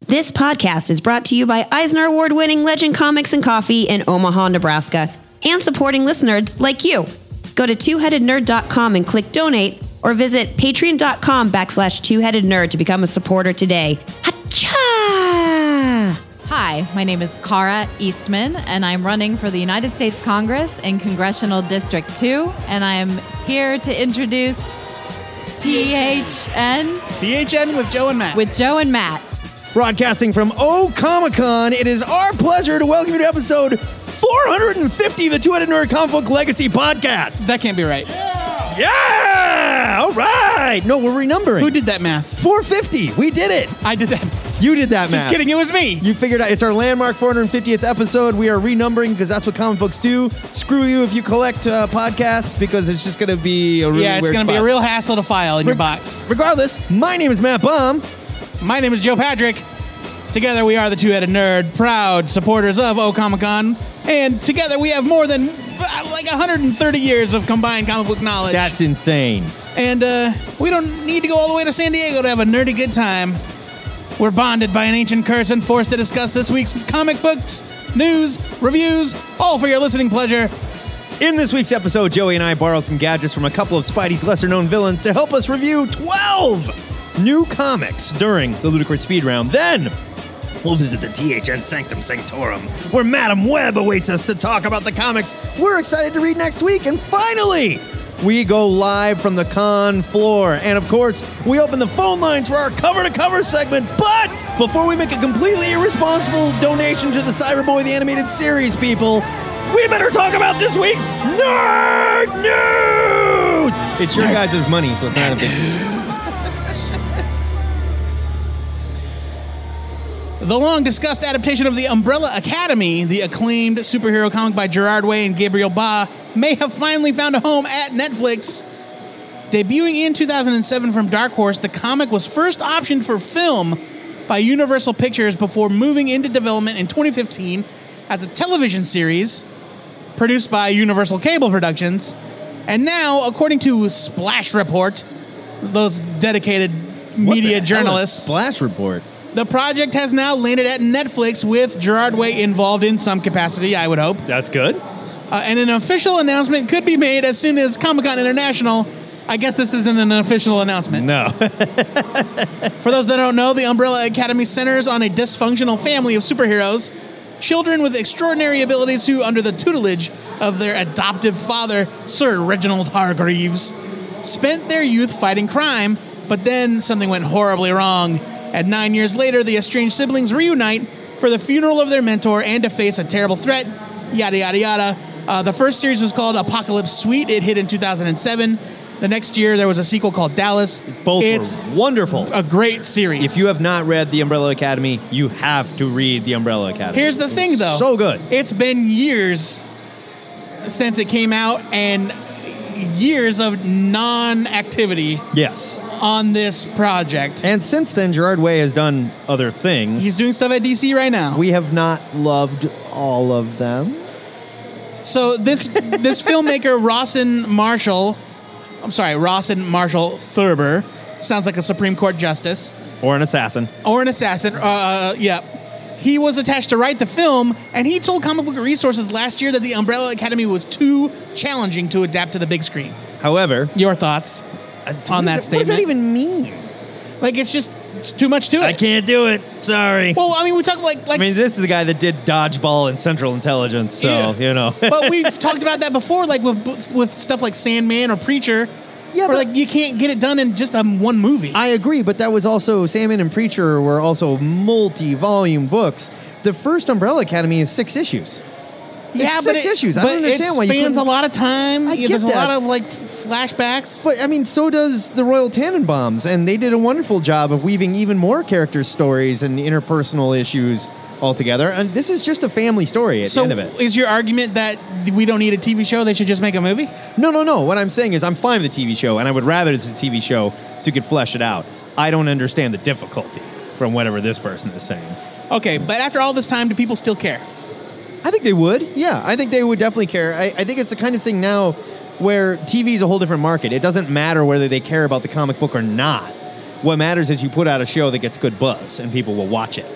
This podcast is brought to you by Eisner Award winning Legend Comics and Coffee in Omaha, Nebraska, and supporting listeners like you. Go to twoheadednerd.com and click donate, or visit patreon.com backslash twoheadednerd to become a supporter today. Ha-cha! Hi, my name is Kara Eastman, and I'm running for the United States Congress in Congressional District 2, and I am here to introduce THN THN with Joe and Matt. with Joe and Matt. Broadcasting from O Comic Con, it is our pleasure to welcome you to episode 450 of the Two Headed Nerd Conflict Legacy Podcast. That can't be right. Yeah! All right! No, we're renumbering. Who did that math? 450. We did it. I did that. You did that, Just Matt. kidding. It was me. You figured out it's our landmark 450th episode. We are renumbering because that's what comic books do. Screw you if you collect uh, podcasts because it's just going to be a really yeah, it's weird going to be a spot. real hassle to file in your Reg- box. Regardless, my name is Matt Baum. My name is Joe Patrick. Together we are the two-headed nerd, proud supporters of O Comic Con, and together we have more than uh, like 130 years of combined comic book knowledge. That's insane. and uh, we don't need to go all the way to San Diego to have a nerdy good time. We're bonded by an ancient curse and forced to discuss this week's comic books, news, reviews, all for your listening pleasure. In this week's episode, Joey and I borrow some gadgets from a couple of Spidey's lesser known villains to help us review 12 new comics during the Ludicrous Speed Round. Then, we'll visit the THN Sanctum Sanctorum, where Madam Web awaits us to talk about the comics we're excited to read next week. And finally, we go live from the con floor. And of course, we open the phone lines for our cover to cover segment. But before we make a completely irresponsible donation to the Cyberboy the Animated Series people, we better talk about this week's Nerd News! It's your guys' money, so it's not a big The long discussed adaptation of The Umbrella Academy, the acclaimed superhero comic by Gerard Way and Gabriel Ba, may have finally found a home at Netflix. Debuting in 2007 from Dark Horse, the comic was first optioned for film by Universal Pictures before moving into development in 2015 as a television series produced by Universal Cable Productions. And now, according to Splash Report, those dedicated What the media hell is journalists, Splash Report. the project has now landed at Netflix with Gerard Way involved in some capacity, I would hope. That's good. Uh, and an official announcement could be made as soon as Comic Con International. I guess this isn't an official announcement. No. For those that don't know, the Umbrella Academy centers on a dysfunctional family of superheroes, children with extraordinary abilities who, under the tutelage of their adoptive father, Sir Reginald Hargreaves, spent their youth fighting crime, but then something went horribly wrong. And nine years later, the estranged siblings reunite for the funeral of their mentor and to face a terrible threat, yada, yada, yada. Uh, the first series was called Apocalypse Suite. It hit in 2007. The next year, there was a sequel called Dallas. Both it's were wonderful. a great series. If you have not read The Umbrella Academy, you have to read The Umbrella Academy. Here's the thing, though. So good. It's been years since it came out, and years of non-activity Yes. on this project. And since then, Gerard Way has done other things. He's doing stuff at DC right now. we have not loved all of them. So this this filmmaker Rawson Marshall, I'm sorry, Rawson Marshall Thurber, sounds like a Supreme Court justice. Or an assassin. or an assassin. Uh, yeah. He was attached to write the film, and he told Comic Book Resources last year that the Umbrella Academy was too challenging to adapt to the big screen. However, Uh, Your thoughts? On that what does- What does that statement. even mean? Like it's just it's too much to it. I can't do it. Sorry. Well, I mean, we talk like I like, mean, this is the guy that did dodgeball and Central Intelligence, so Yeah. you know. but we've talked about that before, like with with stuff like Sandman or Preacher. Yeah, where but- like you can't get it done in just um, one movie. I agree, but that was also Salmon and Preacher were also multi-volume books. The first Umbrella Academy is six issues. yeah, it's but six it, issues. I But don't understand it why you spans couldn't- a lot of time. I Yeah, get There's that. a lot of like flashbacks. But I mean, so does the Royal Tannenbaums, and they did a wonderful job of weaving even more characters' stories and interpersonal issues all together. And this is just a family story at so the end of it. is your argument that we don't need a TV show? They should just make a movie? No, no, no. What I'm saying is, I'm fine with the TV show, and I would rather it's a TV show so you could flesh it out. I don't understand the difficulty from whatever this person is saying. Okay, but after all this time, do people still care? I think they would. Yeah, I think they would definitely care. I, I think it's the kind of thing now where TV is a whole different market. It doesn't matter whether they care about the comic book or not. What matters is you put out a show that gets good buzz and people will watch it.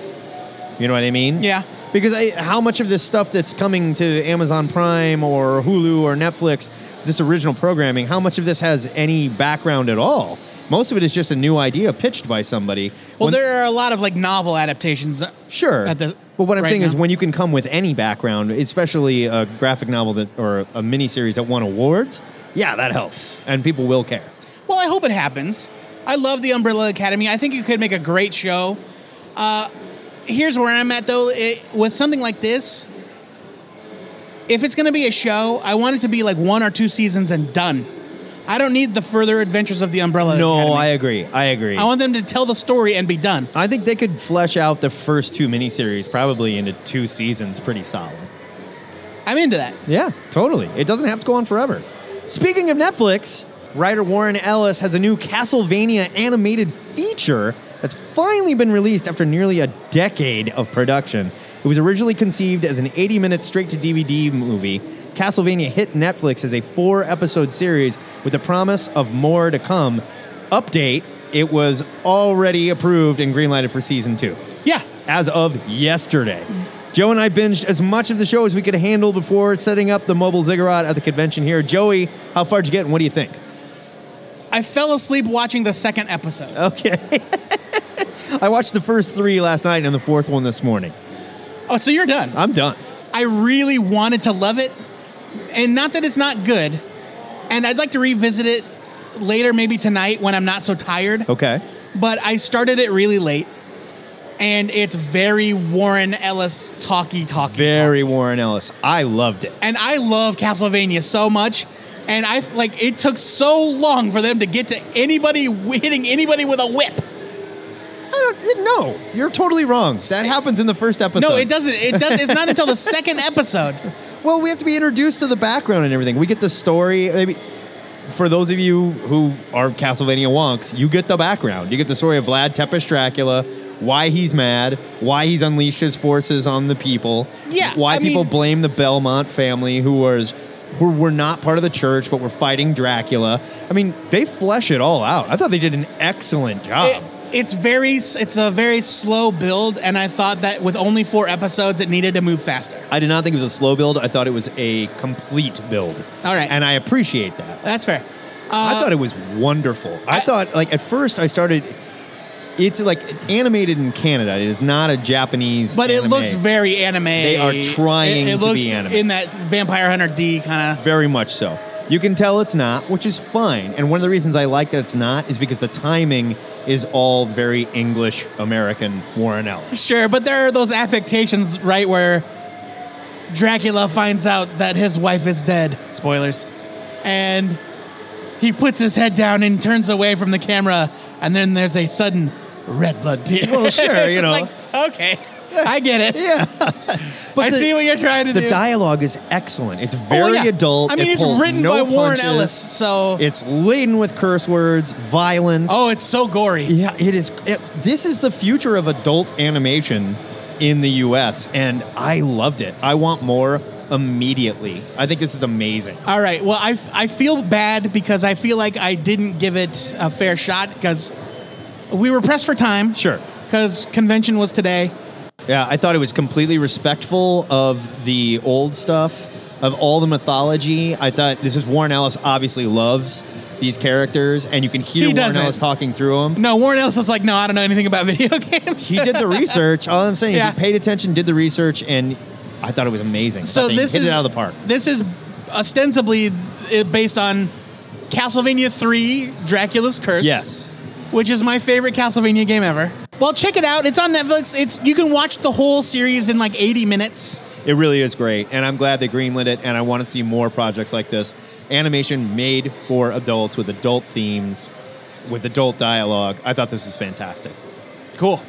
You know what I mean? Yeah. Because I, how much of this stuff that's coming to Amazon Prime or Hulu or Netflix, this original programming, how much of this has any background at all? Most of it is just a new idea pitched by somebody. Well, When- there are a lot of like novel adaptations. Sure. At the- but what I'm right saying is, now. when you can come with any background, especially a graphic novel that or a miniseries that won awards, yeah, that helps, and people will care. Well, I hope it happens. I love the Umbrella Academy. I think you could make a great show. Uh, here's where I'm at though. It, with something like this, if it's going to be a show, I want it to be like one or two seasons and done. I don't need the further adventures of the Umbrella No, Academy. I agree. I agree. I want them to tell the story and be done. I think they could flesh out the first two miniseries probably into two seasons pretty solid. I'm into that. Yeah, totally. It doesn't have to go on forever. Speaking of Netflix, writer Warren Ellis has a new Castlevania animated feature that's finally been released after nearly a decade of production. It was originally conceived as an 80 minute straight to DVD movie. Castlevania hit Netflix as a four episode series with the promise of more to come. Update it was already approved and greenlighted for season two Yeah. as of yesterday. Joe and I binged as much of the show as we could handle before setting up the mobile ziggurat at the convention here. Joey, how far did you get and what do you think? I fell asleep watching the second episode. Okay. I watched the first three last night and the fourth one this morning. Oh, so you're done. I'm done. I really wanted to love it, and not that it's not good. And I'd like to revisit it later, maybe tonight when I'm not so tired. Okay. But I started it really late, and it's very Warren Ellis talky talky. Very Warren Ellis. I loved it. And I love Castlevania so much. And I like it took so long for them to get to anybody hitting anybody with a whip. I don't, no, you're totally wrong. That happens in the first episode. No, it doesn't. It does. It's not until the second episode. Well, we have to be introduced to the background and everything. We get the story. Maybe for those of you who are Castlevania wonks, you get the background. You get the story of Vlad Tepes Dracula, why he's mad, why he's unleashed his forces on the people. Yeah, why I people mean- blame the Belmont family, who was who were not part of the church but were fighting Dracula. I mean, they flesh it all out. I thought they did an excellent job. It- it's very it's a very slow build and i thought that with only four episodes it needed to move faster I did not think it was a slow build. I thought it was a complete build. All right. and I appreciate that. that's fair Uh, I thought it was wonderful. I, I- thought like at first I started. It's like animated in Canada. It is not a Japanese, but it anime. looks very anime they are trying it, it to looks be anime. in that vampire hunter d kind of very much so. You can tell it's not, which is fine. And one of the reasons I like that it's not is because the timing is all very English American Warren Ellis. sure but there are those affectations right where dracula finds out that his wife is dead spoilers and he puts his head down and turns away from the camera and then there's a sudden red blood tear Well, sure, It's you know. like, okay i get it Yeah, but I see what you're trying to The do. dialogue is excellent. It's very Oh, yeah. adult. I mean, It it's pulls written no by Warren punches. Ellis, so It's laden with curse words, violence. oh, it's so gory. Yeah, it is. It, this is the future of adult animation in the U.S., and I loved it. I want more immediately. I think this is amazing. All right. Well, I, f- I feel bad because I feel like I didn't give it a fair shot because we were pressed for time. Sure. Because convention was today. Yeah, I thought it was completely respectful of the old stuff, of all the mythology. I thought this is Warren Ellis obviously loves these characters, and you can He hear Warren doesn't. Ellis talking through them. No, Warren Ellis is like, no, I don't know anything about video games. He did the research. All I'm saying Yeah. is he paid attention, did the research, and I thought it was amazing. I so thought they this hit is it out of the park. This is ostensibly uh, based on Castlevania 3 Dracula's Curse. Yes. which is my favorite Castlevania game ever. Well, check it out. It's on Netflix. It's you can watch the whole series in like 80 minutes. It really is great, and I'm glad they greenlit it. And I want to see more projects like this. Animation made for adults with adult themes, with adult dialogue. I thought this was fantastic. Cool.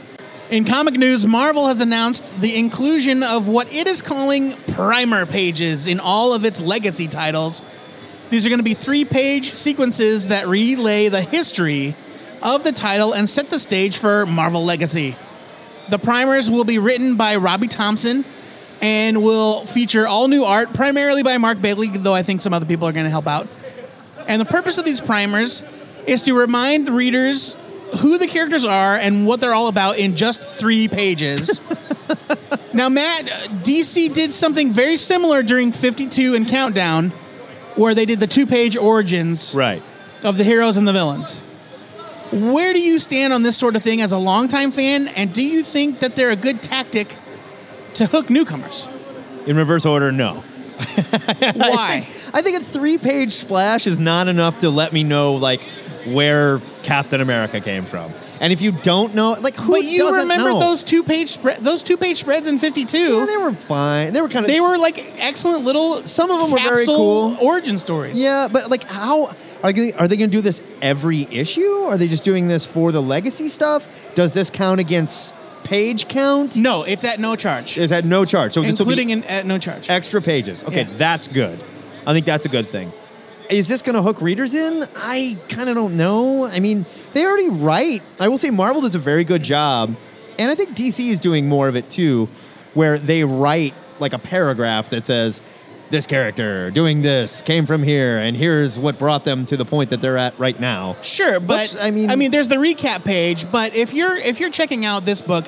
In comic news, Marvel has announced the inclusion of what it is calling primer pages in all of its legacy titles. These are going to be three page sequences that relay the history of the title and set the stage for Marvel Legacy. The primers will be written by Robbie Thompson and will feature all new art, primarily by Mark Bailey, though I think some other people are going to help out. And the purpose of these primers is to remind the readers who the characters are and what they're all about in just three pages. Now, Matt, uh, DC did something very similar during 52 and Countdown, where they did the two page origins Right. of the heroes and the villains. Where do you stand on this sort of thing as a longtime fan, and do you think that they're a good tactic to hook newcomers? In reverse order, no. Why? I think a three-page splash is not enough to let me know like where Captain America came from. And if you don't know, like who but you doesn't remember know? those two page spread those two page spreads in 52? Yeah, they were fine. They were kind of they were like excellent little Some of them were very capsule cool. origin stories. Yeah, but like how are they, are they going to do this every issue? Are they just doing this for the legacy stuff? Does this count against page count? No, it's at no charge. Is that no charge? So this will be including in, at no charge. extra pages. Okay, Yeah. that's good. I think that's a good thing. Is this going to hook readers in? I kind of don't know. I mean, they already write. I will say Marvel does a very good job, and I think DC is doing more of it too, where they write like a paragraph that says, "This character doing this came from here, and here's what brought them to the point that they're at right now." Sure, but Which, I mean- I mean, there's the recap page. But if you're if you're checking out this book,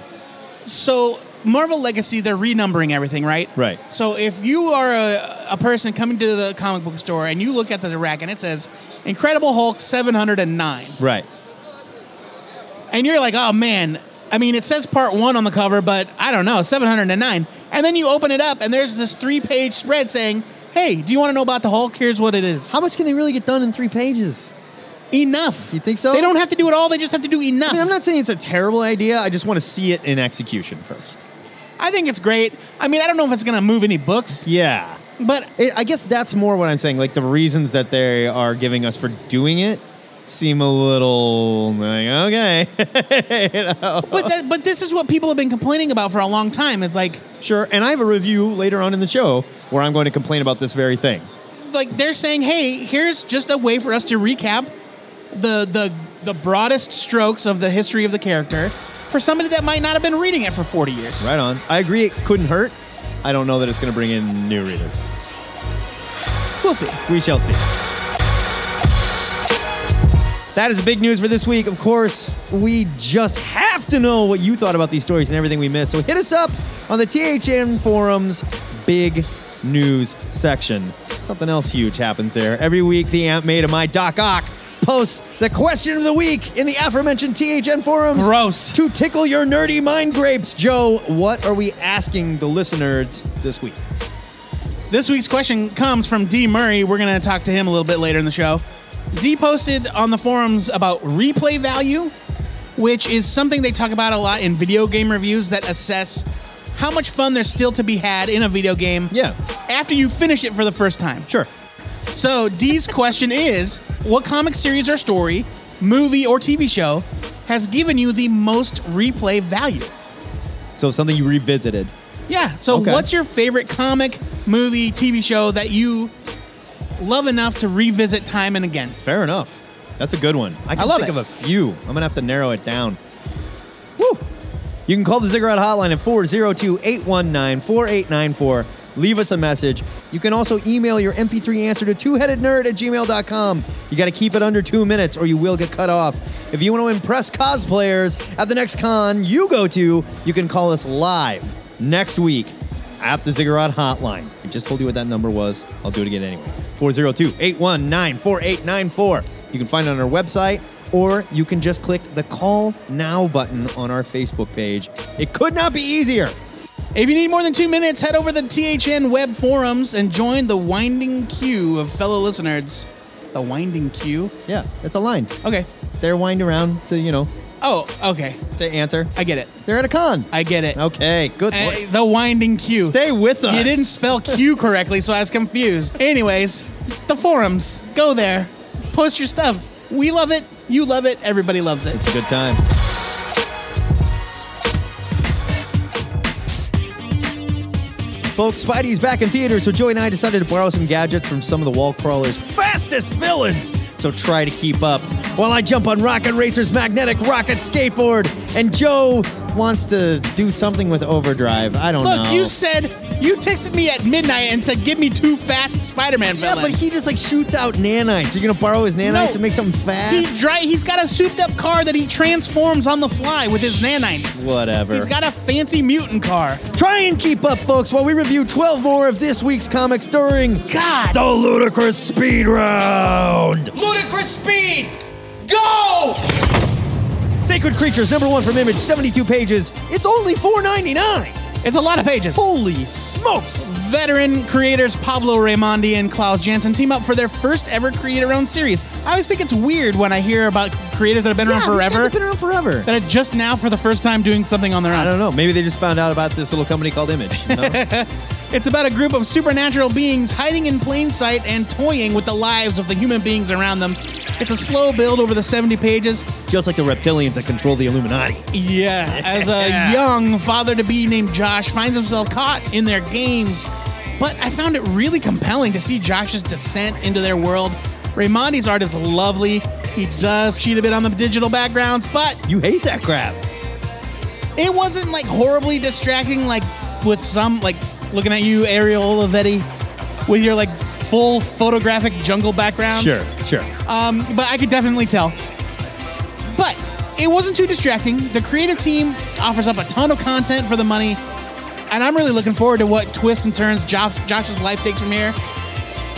so Marvel Legacy, they're renumbering everything, right? Right. So if you are a, a person coming to the comic book store and you look at the rack and it says Incredible Hulk 709, Right. and you're like, oh man, I mean, it says part one on the cover, but I don't know, 709. And then you open it up, and there's this three page spread saying, hey, do you want to know about the Hulk? Here's what it is. How much can they really get done in three pages? Enough. You think so? They don't have to do it all, they just have to do enough. I mean, I'm not saying it's a terrible idea. I just want to see it in execution first. I think it's great. I mean, I don't know if it's going to move any books, Yeah. but It, I guess that's more what I'm saying. Like the reasons that they are giving us for doing it seem a little like okay, but that, but this is what people have been complaining about for a long time. It's like sure. And I have a review later on in the show where I'm going to complain about this very thing. like they're saying, "Hey, here's just a way for us to recap the the the broadest strokes of the history of the character for somebody that might not have been reading it for 40 years." Right on. I agree. It couldn't hurt. I don't know that it's going to bring in new readers. We'll see. We shall see. That is big news for this week. Of course, we just have to know what you thought about these stories and everything we missed. So hit us up on the THN forums big news section. Something else huge happens there. Every week, the Aunt Maid of My Doc Ock posts the question of the week in the aforementioned THN forums. Gross. To tickle your nerdy mind grapes, Joe, what are we asking the listeners this week? This week's question comes from D Murray. We're going to talk to him a little bit later in the show. D posted on the forums about replay value, which is something they talk about a lot in video game reviews that assess how much fun there's still to be had in a video game Yeah. after you finish it for the first time. Sure. So Dee's question is: What comic series or story, movie or TV show, has given you the most replay value? So something you revisited. Yeah. So Okay. what's your favorite comic, movie, TV show that you love enough to revisit time and again? Fair enough. That's a good one. I can I love think it. of a few. I'm gonna have to narrow it down. Woo! You can call the Ziggurat Hotline at 402-819-4894. Leave us a message. You can also email your MP3 answer to twoheadednerd at gmail.com. You gotta keep it under two minutes or you will get cut off. If you want to impress cosplayers at the next con you go to, you can call us live next week at the Ziggurat Hotline. I just told you what that number was. I'll do it again anyway. 402 819 4894. You can find it on our website or you can just click the Call Now button on our Facebook page. It could not be easier. If you need more than two minutes, head over to the THN web forums and join the winding queue of fellow listeners. The winding queue? Yeah, it's a line. Okay. They're winding around to, you know, Oh, okay. to answer. I get it. They're at a con. I get it. Okay, good. Uh, point. the winding queue. Stay with us. You didn't spell Q correctly, so I was confused. Anyways, the forums. Go there. Post your stuff. We love it. You love it. Everybody loves it. Good time. Folks, Spidey's back in theaters, so Joey and I decided to borrow some gadgets from some of the wall crawlers' fastest villains. So try to keep up while I jump on Rocket Racer's magnetic rocket skateboard. And Joe wants to do something with overdrive. I don't Look, know. you said You texted me at midnight and said, "Give me two fast Spider-Man Yeah, but villains." he just like shoots out nanites. You're gonna borrow his nanites No. and make something fast. He's dry. He's got a souped-up car that he transforms on the fly with his nanites. Whatever. He's got a fancy mutant car. Try and keep up, folks, while we review 12 more of this week's comics during the God. Ludicrous Speed Round. Ludicrous speed! Go! Sacred Creatures, number one from Image, 72 pages. It's only $4.99. It's a lot of pages. Holy smokes! Veteran creators Pablo Raimondi and Klaus Janson team up for their first ever creator-owned series. I always think it's weird when I hear about creators that have been Yeah, around these guys forever have been around forever. that are just now for the first time doing something on their I own. don't know. Maybe they just found out about this little company called Image. you know? It's about a group of supernatural beings hiding in plain sight and toying with the lives of the human beings around them. It's a slow build over the 70 pages. just like the reptilians that control the Illuminati. Yeah, as a young father to be named Josh finds himself caught in their games. But I found it really compelling to see Josh's descent into their world. Raymondi's art is lovely. He does cheat a bit on the digital backgrounds, but You hate that crap. it wasn't like horribly distracting, like with some, like looking at you, Ariel Olivetti, with your like full photographic jungle backgrounds. Sure, sure. Um, but I could definitely tell. But it wasn't too distracting. The creative team offers up a ton of content for the money, and I'm really looking forward to what twists and turns Josh, Josh's life takes from here.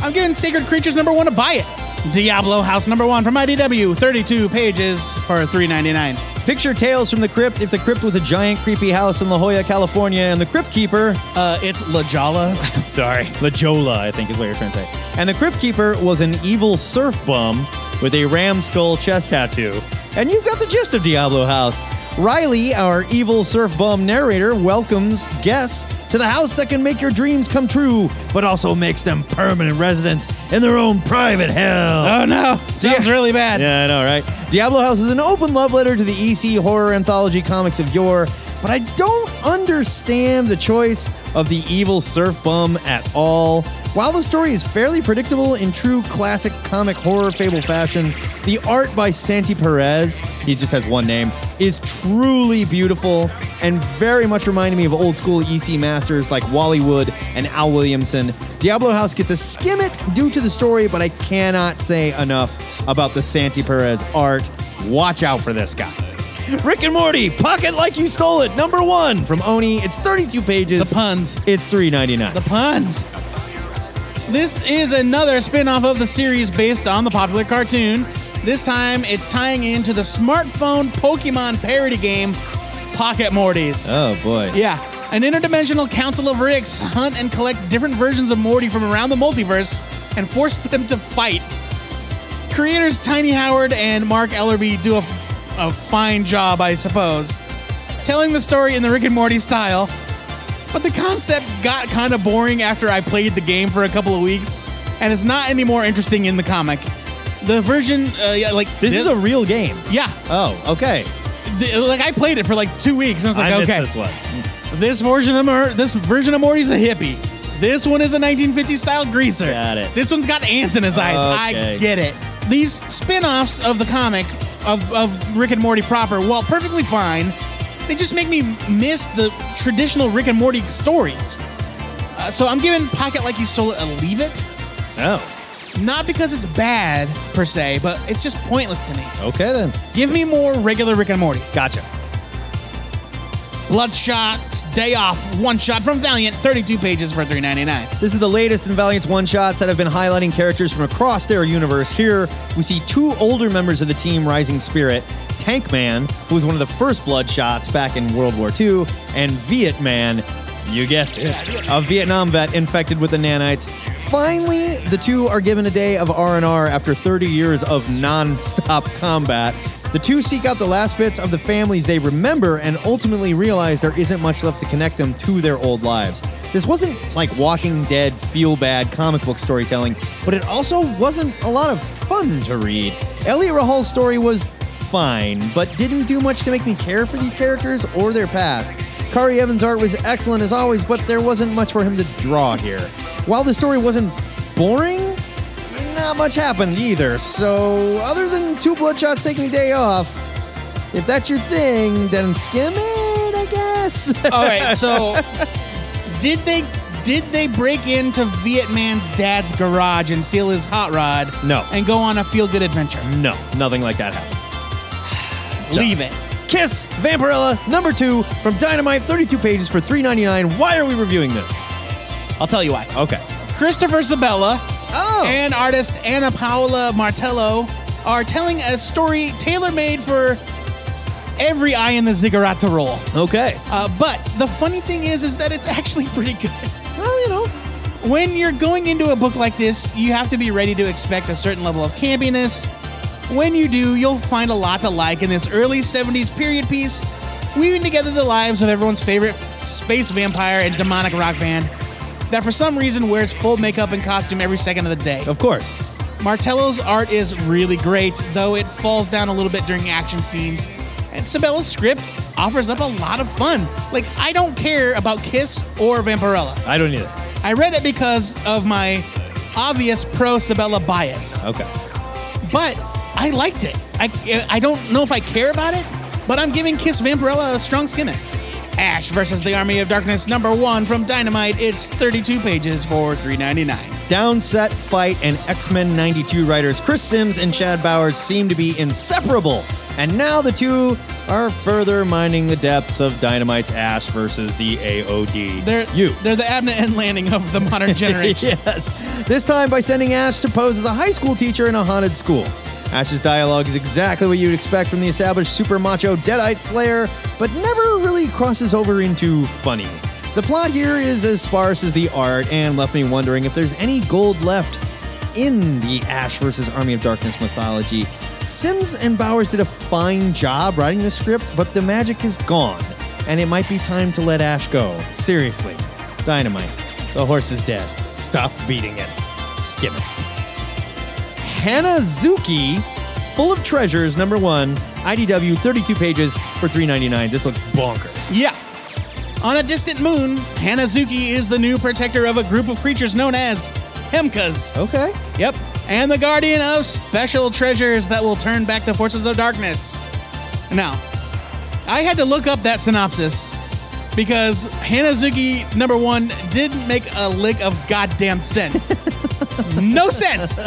I'm giving Sacred Creatures number one to buy it. Diablo House number one from IDW, 32 pages for $3.99. Picture Tales from the Crypt if the Crypt was a giant creepy house in La Jolla, California, and the Crypt Keeper Uh, it's La Jolla. Sorry. Lajola, I think is what you're trying to say. And the Crypt Keeper was an evil surf bum with a ram skull chest tattoo. And you've got the gist of Diablo House. Riley, our evil surf bum narrator, welcomes guests to the house that can make your dreams come true, but also makes them permanent residents in their own private hell. Oh no, sounds really bad. Yeah, I know, right? Diablo House is an open love letter to the EC horror anthology comics of yore, but I don't understand the choice of the evil surf bum at all. While the story is fairly predictable in true classic comic horror fable fashion, the art by Santi Perez, he just has one name, is truly beautiful and very much reminded me of old school EC masters like Wally Wood and Al Williamson. Diablo House gets a skim it due to the story, but I cannot say enough about the Santi Perez art. Watch out for this guy. Rick and Morty, Pocket Like You Stole It, number one from Oni. It's 32 pages. The puns. It's three ninety nine. The puns. This is another spin off of the series based on the popular cartoon. This time it's tying into the smartphone Pokemon parody game, Pocket Mortys. Oh boy. Yeah. An interdimensional council of Ricks hunt and collect different versions of Morty from around the multiverse and force them to fight. Creators Tiny Howard and Mark Ellerby do a, a fine job, I suppose, telling the story in the Rick and Morty style. But the concept got kind of boring after I played the game for a couple of weeks, and it's not any more interesting in the comic. The version, uh, yeah, like This is a real game. yeah, Oh, okay. the- like I played it for like two weeks, and I was like, I missed okay, this one. this version of Mor- this version of Morty's a hippie. This one is a 1950s style greaser. Got it. This one's got ants in his eyes. Okay. I get it. These spin-offs of the comic of, of Rick and Morty proper, while perfectly fine, they just make me miss the traditional Rick and Morty stories. Uh, so I'm giving Pocket Like You Stole It a leave it. Oh, Not because it's bad per se, but it's just pointless to me. okay then. Give me more regular Rick and Morty. Gotcha. Bloodshot's Day Off, one shot from Valiant, 32 pages for 3.99. This is the latest in Valiant's one shots that have been highlighting characters from across their universe. Here, we see two older members of the team Rising Spirit Tank Man, who was one of the first Bloodshots back in World War II, and Viet Man, you guessed it, a Vietnam vet infected with the nanites. Finally, the two are given a day of R&R after 30 years of non-stop combat. The two seek out the last bits of the families they remember and ultimately realize there isn't much left to connect them to their old lives. This wasn't like Walking Dead feel bad comic book storytelling, but it also wasn't a lot of fun to read. Elliot Rahal's story was fine, but didn't do much to make me care for these characters or their past. Kari Evans' art was excellent as always, but there wasn't much for him to draw here. While the story wasn't boring, not much happened either. So, other than two bloodshots taking a day off, if that's your thing, then skim it, I guess. All right, so did they Did they break into Viet Man's dad's garage and steal his hot rod? No. And go on a feel good adventure? No, nothing like that happened. Leave it. Kiss Vampirella number two from Dynamite, 32 pages for 3.99. Why are we reviewing this? I'll tell you why. Okay. Christopher Sabella Oh. and artist Anna Paola Martello are telling a story tailor made for every eye in the ziggurat to roll. Okay. Uh, but the funny thing is, is that it's actually pretty good. Well, you know, when you're going into a book like this, you have to be ready to expect a certain level of campiness. When you do, you'll find a lot to like in this early '70s period piece, weaving together the lives of everyone's favorite space vampire and demonic rock band that, for some reason, wears full makeup and costume every second of the day. Of course. Martello's art is really great, though it falls down a little bit during action scenes. And Sabella's script offers up a lot of fun. Like, I don't care about Kiss or Vampirella. I don't either. I read it because of my obvious pro Sabella bias, Okay. but I liked it. I, I don't know if I care about it, but I'm giving Kiss Vampirella a strong skin it. Ash versus the Army of Darkness, number one from Dynamite. It's 32 pages for $3.99. Downset, Fight, and X Men 92 writers Chris Sims and Chad Bowers seem to be inseparable. And now the two are further mining the depths of Dynamite's Ash versus the AOD. They're, you. They're the Abnett and Landing of the modern generation. yes. This time by sending Ash to pose as a high school teacher in a haunted school. Ash's dialogue is exactly what you'd expect from the established super macho Deadite Slayer, but never really crosses over into funny. The plot here is as sparse as the art and left me wondering if there's any gold left in the Ash versus Army of Darkness mythology. Sims and Bowers did a fine job writing the script, but the magic is gone, and it might be time to let Ash go. Seriously. Dynamite. The horse is dead. Stop beating it. Skim it. Hanazuki, Full of Treasures, number one, IDW, 32 pages for $3.99. This looks bonkers. Yeah. On a distant moon, Hanazuki is the new protector of a group of creatures known as Hemkas. Okay. Yep. And the guardian of special treasures that will turn back the forces of darkness. Now, I had to look up that synopsis because Hanazuki, number one, didn't make a lick of goddamn sense. no sense.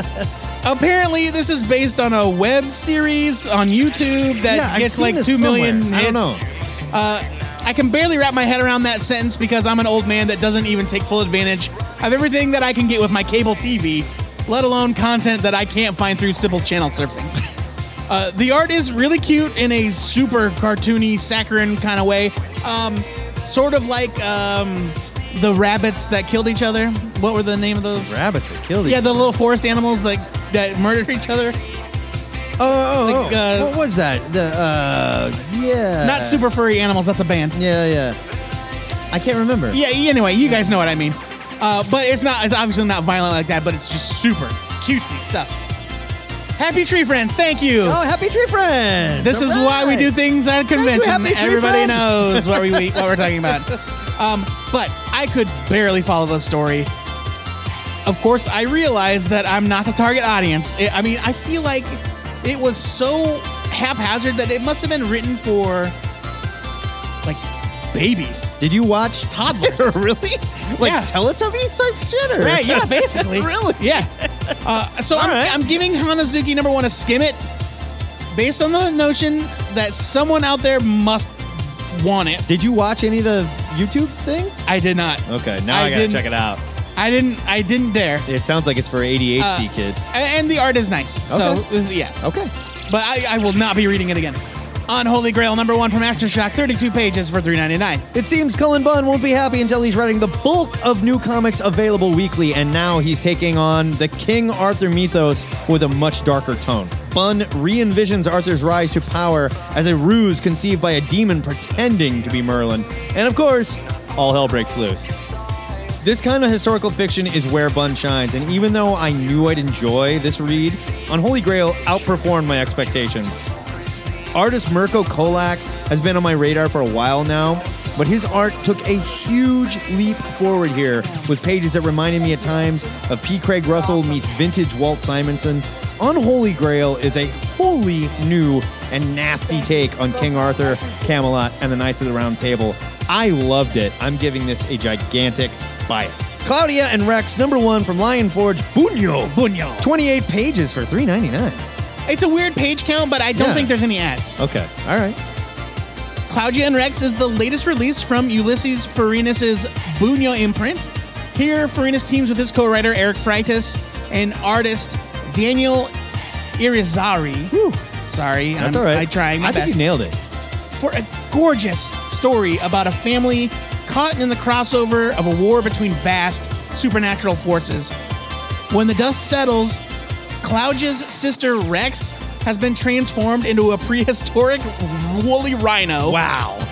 Apparently, this is based on a web series on YouTube that Yeah, I've gets seen like this 2 million somewhere. I hits. don't know. Uh, I can barely wrap my head around that sentence because I'm an old man that doesn't even take full advantage of everything that I can get with my cable TV, let alone content that I can't find through simple channel surfing. Uh, the art is really cute in a super cartoony, saccharine kind of way. Um, sort of like um, the rabbits that killed each other. What were the name of those? Rabbits are killed. yeah, the little forest animals that that murdered each other. Oh, oh, like, oh. uh, what was that? The, uh, yeah. Not super furry animals. That's a band. Yeah, yeah. I can't remember. Yeah. Anyway, you guys know what I mean. Uh, but it's not. It's obviously not violent like that. But it's just super cutesy stuff. Happy tree friends. Thank you. Oh, happy tree friends! This is why we do things at convention. happy tree Everybody friend. knows what we what we're talking about. Um, but I could barely follow the story. Of course, I realize that I'm not the target audience. I I mean, I feel like it was so haphazard that it must have been written for like babies, Did you watch? toddlers. really? Like Yeah. Teletubbies type shit? Or? Right, yeah, basically. Really? Yeah. Uh, so I'm, right. I'm giving Hanazuki number one a skim it based on the notion that someone out there must want it. Did you watch any of the YouTube thing? I did not. Okay, now I, gotta didn't- check it out. I didn't. I didn't dare. It sounds like it's for ADHD kids. A- And the art is nice. So Okay. this is- yeah, Okay. but I, I will not be reading it again. Unholy Grail number one from AfterShock, 32 pages for 3.99. It seems Cullen Bunn won't be happy until he's writing the bulk of new comics available weekly, and now he's taking on the King Arthur mythos with a much darker tone. Bunn re envisions Arthur's rise to power as a ruse conceived by a demon pretending to be Merlin. And of course, all hell breaks loose. This kind of historical fiction is where Bunn shines, and even though I knew I'd enjoy this read, Unholy Grail outperformed my expectations. Artist Mirko Kolak has been on my radar for a while now, but his art took a huge leap forward here with pages that reminded me at times of P. Craig Russell meets vintage Walt Simonson. Unholy Grail is a wholly new and nasty take on King Arthur, Camelot, and the Knights of the Round Table. I loved it. I'm giving this a gigantic buy it. Claudia and Rex, number one from Lion Forge, Bunyo. Bunyo. 28 pages for $3.99. It's a weird page count, but I don't Yeah. think there's any ads. Okay, all right. Claudia and Rex is the latest release from Ulysses Farinas' Buño imprint. Here, Farinas teams with his co writer Eric Freitas and artist Daniel Irizarry. Whew. Sorry, That's I'm, all right. I'm trying my I best. think you nailed it. for a gorgeous story about a family caught in the crossover of a war between vast supernatural forces. When the dust settles, Clouge's sister Rex has been transformed into a prehistoric woolly rhino. Wow.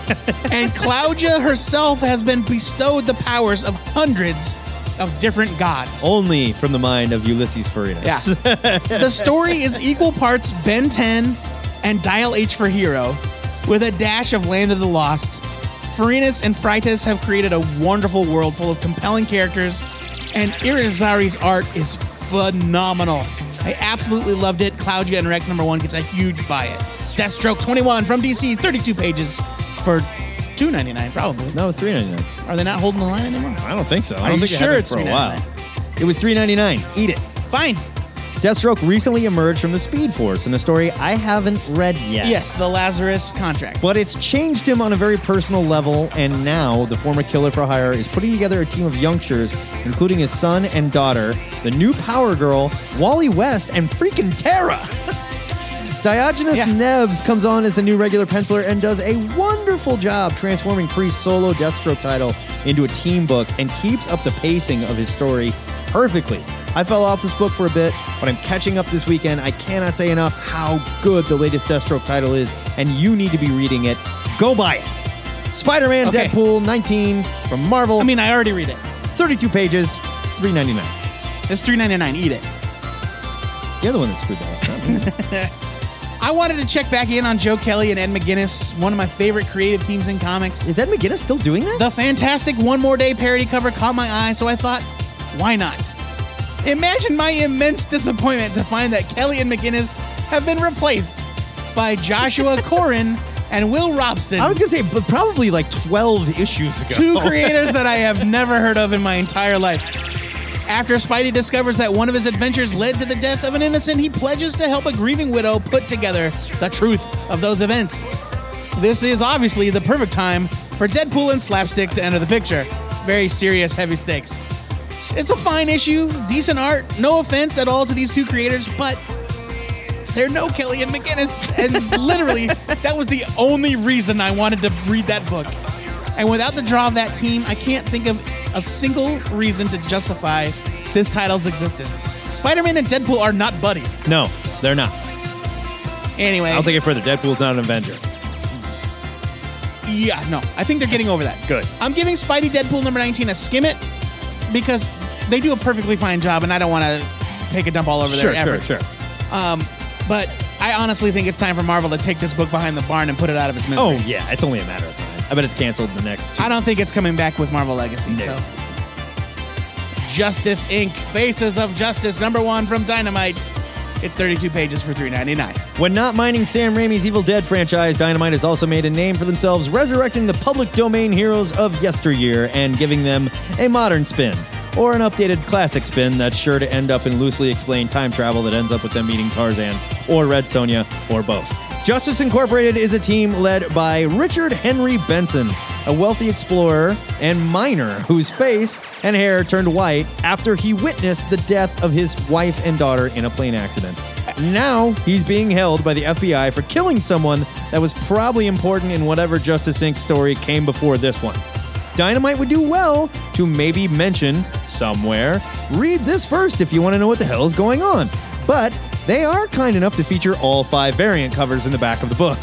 And Clougia herself has been bestowed the powers of hundreds of different gods. Only from the mind of Ulysses Farinas. Yeah. the story is equal parts Ben 10 and Dial H for Hero, with a dash of Land of the Lost. Farinas and Freitas have created a wonderful world full of compelling characters, and Irizarry's art is phenomenal. I absolutely loved it. Cloudia and Rex number one gets a huge buy it. Deathstroke 21 from DC, 32 pages for 2.99 probably. No, it's $3.99. Are they not holding the line anymore? I don't think so. I Are don't you think sure it it's has been for a while. It was three ninety nine. Eat it. Fine. Deathstroke recently emerged from the Speed Force in a story I haven't read yet. Yes, the Lazarus contract. But it's changed him on a very personal level, and now the former killer for hire is putting together a team of youngsters, including his son and daughter, the new Power Girl, Wally West, and freaking Tara. Diogenes Yeah. Neves comes on as the new regular penciler and does a wonderful job transforming Priest's solo Deathstroke title into a team book and keeps up the pacing of his story perfectly. I fell off this book for a bit, but I'm catching up this weekend. I cannot say enough how good the latest Deathstroke title is, and you need to be reading it. Go buy it. Spider Man Okay. Deadpool 19 from Marvel. I mean, I already read it. 32 pages, 3.99. It's three ninety nine. Eat it. You're the one that screwed that up. not me. I wanted to check back in on Joe Kelly and Ed McGuinness, one of my favorite creative teams in comics. is Ed McGinnis still doing this? The fantastic One More Day parody cover caught my eye, so I thought, why not? Imagine my immense disappointment to find that Kelly and McGuinness have been replaced by Joshua Corin and Will Robson, I was gonna say, but probably like twelve issues ago. two creators that I have never heard of in my entire life. After Spidey discovers that one of his adventures led to the death of an innocent, he pledges to help a grieving widow put together the truth of those events. This is obviously the perfect time for Deadpool and Slapstick to enter the picture. Very serious, heavy stakes. It's a fine issue, decent art, no offense at all to these two creators, but they're no Kelly and McGinnis. And literally, that was the only reason I wanted to read that book. And without the draw of that team, I can't think of a single reason to justify this title's existence. Spider Man and Deadpool are not buddies. No, they're not. Anyway, I'll take it further. Deadpool's not an Avenger. Yeah, no. I think they're getting over that. Good. I'm giving Spidey Deadpool number 19 a skim it because they do a perfectly fine job and I don't want to take a dump all over their efforts. Um, But I honestly think it's time for Marvel to take this book behind the barn and put it out of its misery. Oh yeah, it's only a matter of time. I bet it's canceled the next. Two. I don't think it's coming back with Marvel Legacy. No. So, Justice Inc. Faces of Justice number one from Dynamite. It's 32 pages for 3.99. When not mining Sam Raimi's Evil Dead franchise, Dynamite has also made a name for themselves, resurrecting the public domain heroes of yesteryear and giving them a modern spin. Or an updated classic spin that's sure to end up in loosely explained time travel that ends up with them meeting Tarzan or Red Sonja or both. Justice Incorporated is a team led by Richard Henry Benson, a wealthy explorer and miner whose face and hair turned white after he witnessed the death of his wife and daughter in a plane accident. Now he's being held by the FBI for killing someone that was probably important in whatever Justice Inc. story came before this one. Dynamite would do well to maybe mention somewhere. Read this first if you want to know what the hell is going on. But they are kind enough to feature all five variant covers in the back of the book.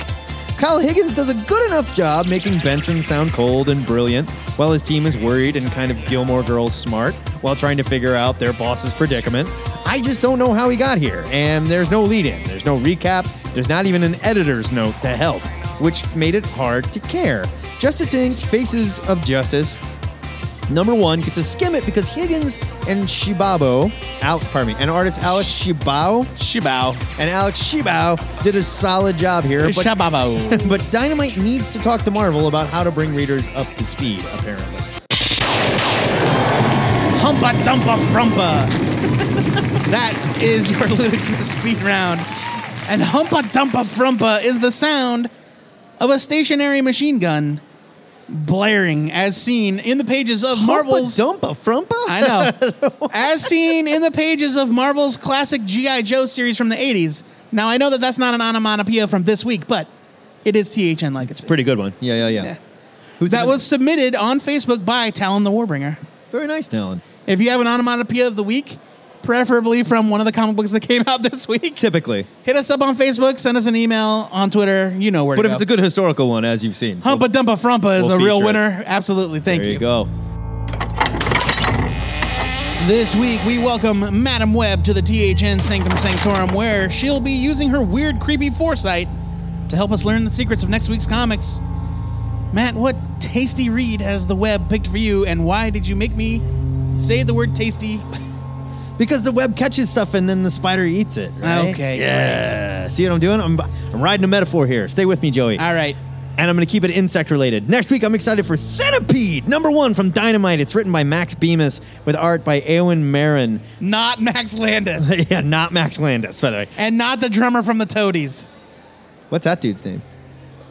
Kyle Higgins does a good enough job making Benson sound cold and brilliant, while his team is worried and kind of Gilmore Girls smart while trying to figure out their boss's predicament. I just don't know how he got here, and there's no lead in, there's no recap, there's not even an editor's note to help, which made it hard to care. Justice Inc. Faces of Justice Number one gets to skim it because Higgins and Shibabo, Al, pardon me, and artist Alex Shibao Shibao. and Alex Shibao did a solid job here. But, Shababo. but Dynamite needs to talk to Marvel about how to bring readers up to speed, apparently. humpa dumpa frumpa. that is your ludicrous speed round. And humpa dumpa frumpa is the sound of a stationary machine gun blaring as seen in the pages of Marvel's Dumpa Frumpa? I know. As seen in the pages of Marvel's classic G.I. Joe series from the 80s. Now, I know that that's not an onomatopoeia from this week, but it is THN Legacy. Pretty good one. Yeah, yeah, yeah. Yeah. Who's That in- was submitted on Facebook by Talon the Warbringer. very nice, Talon. If you have an onomatopoeia of the week, preferably from one of the comic books that came out this week, Typically, hit us up on Facebook, send us an email on Twitter. You know where but to if go. it's a good historical one, as you've seen, Humpa Dumpa Frumpa is we'll a real feature it. winner. Absolutely. Thank there you go. This week, we welcome Madam Webb to the THN Sanctum Sanctorum, where she'll be using her weird, creepy foresight to help us learn the secrets of next week's comics. Matt, what tasty read has the web picked for you, and why did you make me say the word tasty? Because the web catches stuff and then the spider eats it. right? Okay, Yeah. See what I'm doing? I'm, I'm riding a metaphor here. Stay with me, Joey. All right. and I'm going to keep it insect related. Next week, I'm excited for Centipede, number one from Dynamite. It's written by Max Bemis with art by Eowyn Marin. Not Max Landis, yeah, not Max Landis, by the way. and not the drummer from the Toadies, What's that dude's name?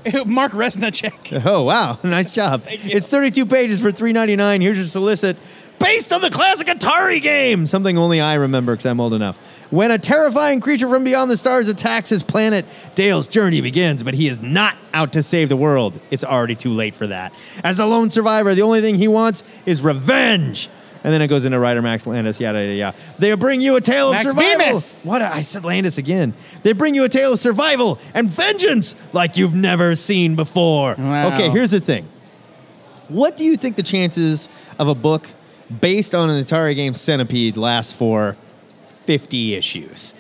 Mark Resnicek. Oh, wow. Nice job. you. It's 32 pages for $3.99. Here's your solicit. Based on the classic Atari game, something only I remember because I'm old enough. When a terrifying creature from beyond the stars attacks his planet, Dale's journey begins, but he is not out to save the world. It's already too late for that. As a lone survivor, the only thing he wants is revenge. And then it goes into writer Max Landis, yada, yada, yada. They bring you a tale of Max survival. Bemis! What? I said Landis again. They bring you a tale of survival and vengeance like you've never seen before. Wow. Okay, here's the thing. What do you think the chances of a book based on an Atari game Centipede lasts for 50 issues?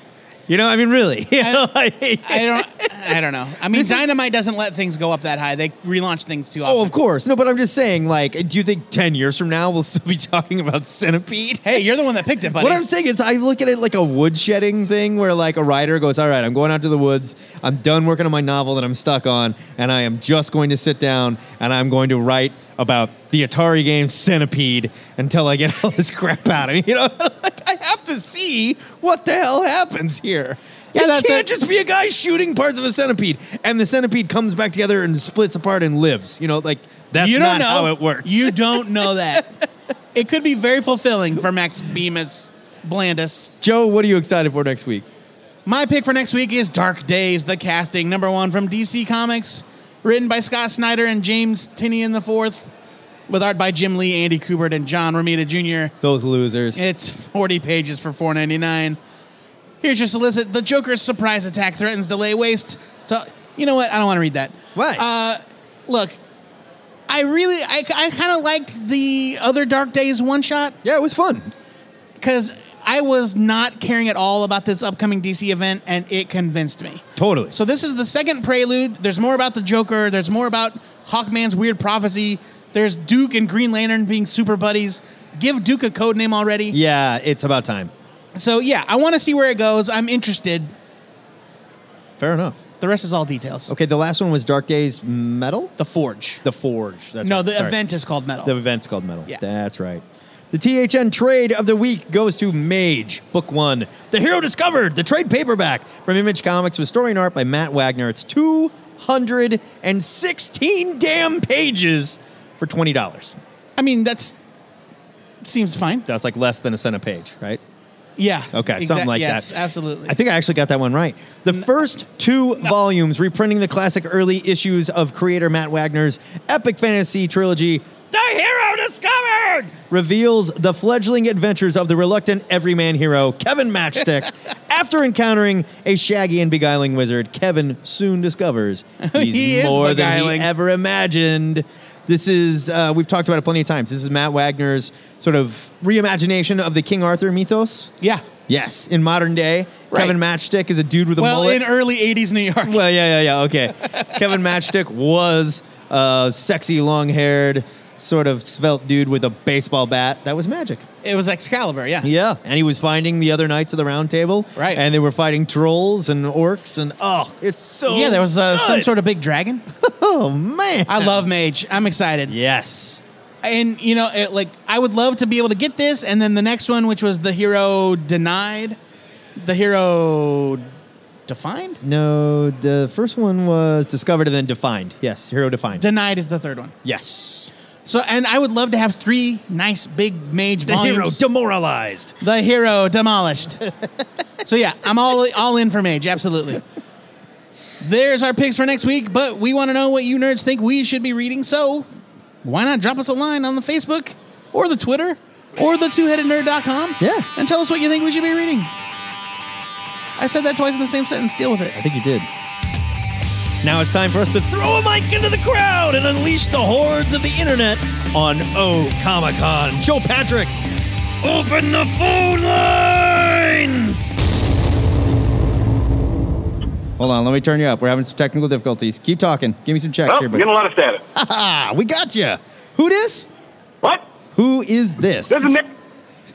You know, I mean, really. You know, like- I don't. I don't know. I mean, Dynamite doesn't let things go up that high. They relaunch things too often. oh, of course. No, but I'm just saying, like, do you think 10 years from now we'll still be talking about Centipede? hey, you're the one that picked it, buddy. What I'm saying is, I look at it like a woodshedding thing, where like a writer goes, "All right, I'm going out to the woods. I'm done working on my novel that I'm stuck on, and I am just going to sit down and I'm going to write about the Atari game Centipede until I get all this crap out of me. You know, like, I have to see what the hell happens here. Yeah, it that's can't it. just be a guy shooting parts of a centipede, and the centipede comes back together and splits apart and lives. You know, like that's you don't not know how it works. You don't know that. it could be very fulfilling for Max Bemis Blandis. Joe, what are you excited for next week? My pick for next week is Dark Days, the casting number one from DC Comics, written by Scott Snyder and James Tinian IV, with art by Jim Lee, Andy Kubert, and John Romita Jr. Those losers. It's 40 pages for 4.99. Here's your solicit. The Joker's surprise attack threatens to lay waste to You know what? I don't want to read that. Why? Uh, look, I really I, I kind of liked the other Dark Days one shot yeah, it was fun. cuz I was not caring at all about this upcoming DC event and it convinced me. Totally. So this is the second prelude. There's more about the Joker. There's more about Hawkman's weird prophecy. There's Duke and Green Lantern being super buddies. Give Duke a code name already. Yeah, it's about time. So yeah, I want to see where it goes. I'm interested. Fair enough. The rest is all details. Okay, the last one was Dark Days Metal? The Forge. The Forge. That's no, right. the Sorry. event is called Metal. The event's called Metal. Yeah. That's right. The THN trade of the week goes to Mage, book one. The Hero Discovered, the trade paperback from Image Comics with story and art by Matt Wagner. It's 216 damn pages for $20. I mean, that's seems fine. That's like less than a cent a page, right? Yeah. Okay, Exact- something like yes, that. absolutely. I think I actually got that one right. The first two volumes reprinting the classic early issues of creator Matt Wagner's epic fantasy trilogy, The Hero Discovered, reveals the fledgling adventures of the reluctant everyman hero, Kevin Matchstick. After encountering a shaggy and beguiling wizard, Kevin soon discovers he's He is more than beguiling. he ever imagined. This is, uh, we've talked about it plenty of times. This is Matt Wagner's sort of reimagination of the King Arthur mythos. yeah. Yes, in modern day, Right. Kevin Matchstick is a dude with a Well, mullet. in early '80s New York. well, yeah, yeah, yeah. Okay, Kevin Matchstick was a sexy, long-haired, sort of svelte dude with a baseball bat. That was magic. it was Excalibur. Yeah. Yeah, and he was finding the other knights of the Round Table. Right. and they were fighting trolls and orcs, and oh, it's so Yeah, there was uh, some sort of big dragon. of man. I love Mage. I'm excited. yes. and you know, it, like I would love to be able to get this, and then the next one, which was the hero denied, the hero defined, No, the first one was discovered and then defined. Yes, hero defined. denied is the third one. yes. So, and I would love to have three nice big mage The volumes. hero demoralized. the hero demolished. so yeah, I'm all all in for Mage, absolutely. There's our picks for next week, but we want to know what you nerds think we should be reading, so why not drop us a line on the Facebook or the Twitter or the two-headednerd.com? Yeah. And tell us what you think we should be reading. I said that twice in the same sentence. Deal with it. I think you did. Now it's time for us to throw a mic into the crowd and unleash the hordes of the internet on O Comic Con. Joe Patrick, open the phone lines! Hold on, let me turn you up. We're having some technical difficulties. Keep talking. Give me some checks Well, here, buddy. you're getting a lot of static. Ah, we got you. Who this? What? Who is this? This is Nick.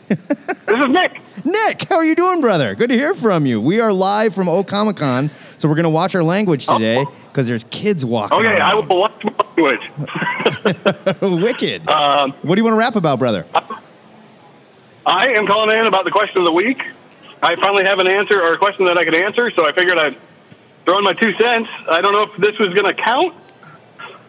this is Nick. Nick, how are you doing, brother? Good to hear from you. We are live from O Comic Con, so we're going to watch our language today because there's kids walking. Oh. Okay, I around. will watch my language. Wicked. um, what do you want to rap about, brother? I am calling in about the question of the week. I finally have an answer or a question that I could answer, so I figured I'd throw in my two cents. I don't know if this was going to count,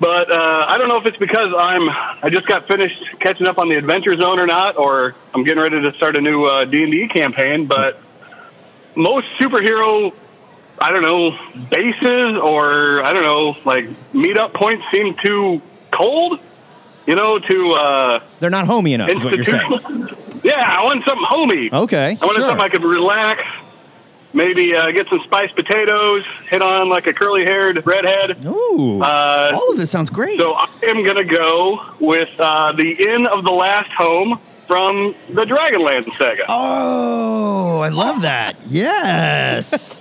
but uh, I don't know if it's because I'm I just got finished catching up on the Adventure Zone or not, or I'm getting ready to start a new uh, D&D campaign. But most superhero, I don't know, bases or I don't know, like meetup points seem too cold. You know, to uh, They're not homey enough, is what you're saying. yeah, I want something homey. Okay, I wanted sure. something I could relax. Maybe uh, get some spiced potatoes. Hit on like a curly-haired redhead. Ooh, Uh, all of this sounds great. So I am going to go with uh, the Inn of the Last Home from the Dragonland saga. oh, I love that. Yes,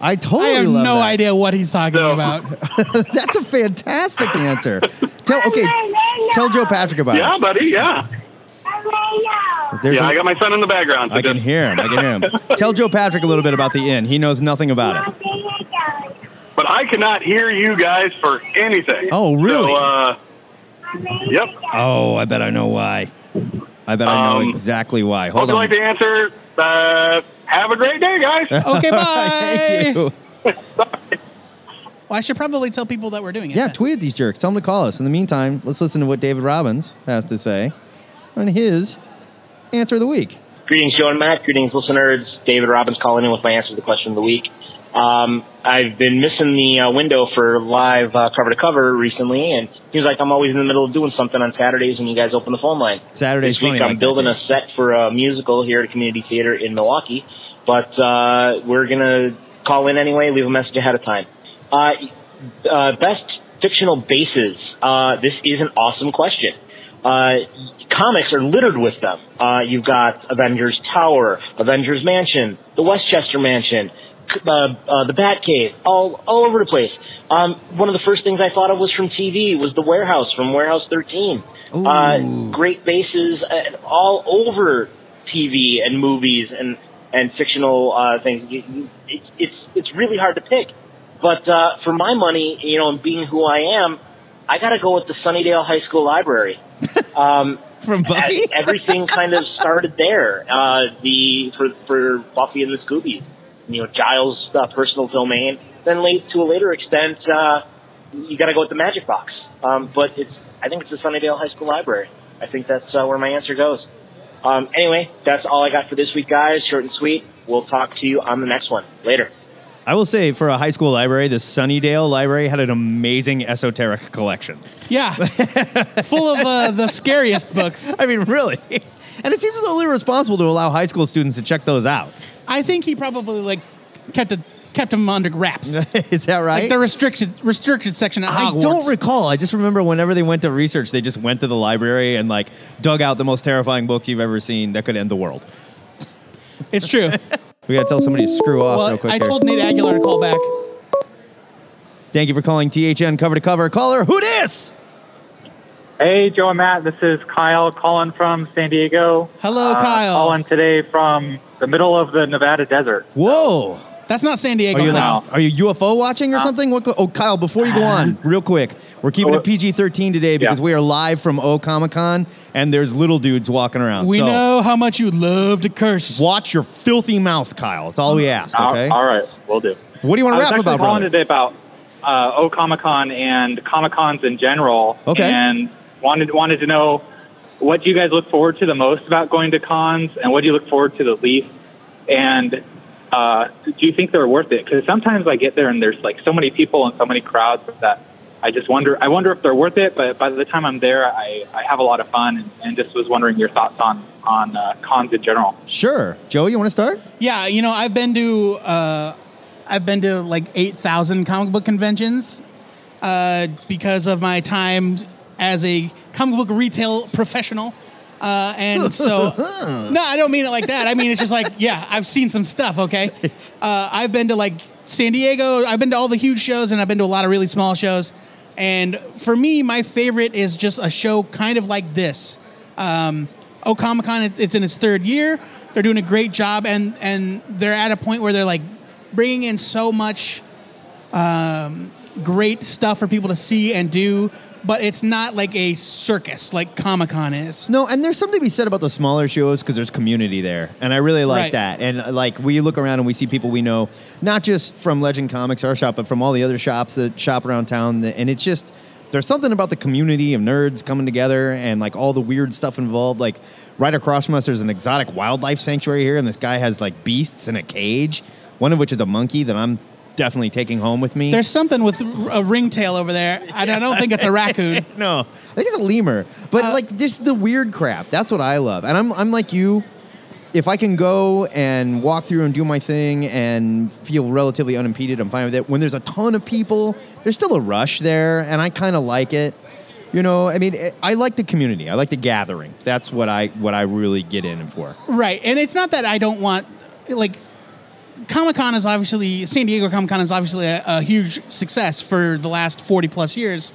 I I totally have love no that. idea what he's talking No. about. That's a fantastic answer. Tell okay, tell Joe Patrick about yeah, it. buddy. Yeah. There's yeah, a- I got my son in the background. so I can just- hear him. I can hear him. tell Joe Patrick a little bit about the inn. He knows nothing about it. But I cannot hear you guys for anything. Oh, really? So, uh, yep. Oh, I bet I know why. I bet I know Um, exactly why. Hold Hope you on. like the answer. Uh, have a great day, guys. Okay, bye. Thank you. Well, I should probably tell people that we're doing it. Yeah, then. tweet at these jerks. Tell them to call us. In the meantime, let's listen to what David Robbins has to say on his answer of the week. Greetings, Joe and Matt. Greetings, listeners. David Robbins calling in with my answer to the question of the week. Um, I've been missing the uh, window for live uh, cover to cover recently, and seems like I'm always in the middle of doing something on Saturdays when you guys open the phone line. Saturday's this week funny I'm like that, building dude. a set for a musical here at a community theater in Milwaukee, but uh, we're gonna call in anyway. Leave a message ahead of time. Uh, uh, best fictional bases. Uh, this is an awesome question. Uh, comics are littered with them. Uh, you've got Avengers Tower, Avengers Mansion, the Westchester Mansion, c- uh, uh, the Batcave, all all over the place. Um, one of the first things I thought of was from TV was the Warehouse from Warehouse 13. Uh, great bases uh, all over TV and movies and and fictional uh, things. You- you- It's it's it's really hard to pick. But uh, for my money, you know, and being who I am, I got to go with the Sunnydale High School Library. Um, From Buffy? e- everything kind of started there. Uh, the for, for Buffy and the Scooby, you know, Giles' uh, personal domain. Then, late to a later extent, uh, you got to go with the Magic Box. Um, but it's I think it's the Sunnydale High School Library. I think that's uh, where my answer goes. Um, anyway, that's all I got for this week, guys. Short and sweet. We'll talk to you on the next one later. I will say, for a high school library, the Sunnydale Library had an amazing esoteric collection. Yeah. Full of uh, the scariest books. I mean, really. And it seems totally irresponsible to allow high school students to check those out. I think he probably like kept it kept them under wraps. Is that right? Like the restricted restricted section at I Hogwarts. don't recall. I just remember whenever they went to research, they just went to the library and like dug out the most terrifying books you've ever seen that could end the world. It's true. We gotta tell somebody to screw off well, real quick. I here. told Nate Aguilar to call back. Thank you for calling THN cover to cover. Caller, who dis? Hey, Joe and Matt. This is Kyle calling from San Diego. Uh, Hello, Kyle. Calling today from the middle of the Nevada desert. Whoa. That's not San Diego. Are you Kyle. like, are you UFO watching or something? What? go- Oh, Kyle, before you go on, Uh-huh. real quick, we're keeping it PG thirteen today because we are live from O Comic Con, and there's little dudes walking around. We So know how much you love to curse. Watch your filthy mouth, Kyle. That's all we ask. All- Okay. Uh, all right, we'll do. What do you want I to was rap actually about, calling brother? today about uh, O Comic Con and Comic Cons in general. Okay. And wanted wanted to know what do you guys look forward to the most about going to cons, and what do you look forward to the least, and uh, do you think they're worth it? Because sometimes I get there and there's like so many people and so many crowds that I just wonder. I wonder if they're worth it. But by the time I'm there, I, I have a lot of fun, and, and just was wondering your thoughts on on uh, cons in general. Sure, Joe. You want to start? Yeah, you know, I've been to uh, I've been to like eight thousand comic book conventions uh, because of my time as a comic book retail professional. Uh, and so, no, I don't mean it like that. I mean it's just like, yeah, I've seen some stuff. Okay, uh, I've been to like San Diego. I've been to all the huge shows, and I've been to a lot of really small shows. And for me, my favorite is just a show kind of like this. Um, oh, Comic Con, it- it's in its third year. They're doing a great job, and and they're at a point where they're like bringing in so much um, great stuff for people to see and do. But it's not like a circus like Comic Con is. No, and there's something to be said about the smaller shows because there's community there, and I really like Right. that. And uh, like we look around and we see people we know, not just from Legend Comics, our shop, but from all the other shops that shop around town. And it's just there's something about the community of nerds coming together and like all the weird stuff involved. Like right across from us, there's an exotic wildlife sanctuary here, and this guy has like beasts in a cage, one of which is a monkey that I'm definitely taking home with me. There's something with a ringtail over there. I don't, I don't think it's a raccoon. Uh, no, I think it's a lemur. But like just the weird crap. That's what I love. And I'm I'm like you. If I can go and walk through and do my thing and feel relatively unimpeded, I'm fine with it. When there's a ton of people, there's still a rush there, and I kind of like it. You know, I mean, I- I like the community. I like the gathering. That's what I what I really get in for. Right. And it's not that I don't want, like, Comic Con is obviously, San Diego Comic Con is obviously a, a huge success for the last 40 plus years.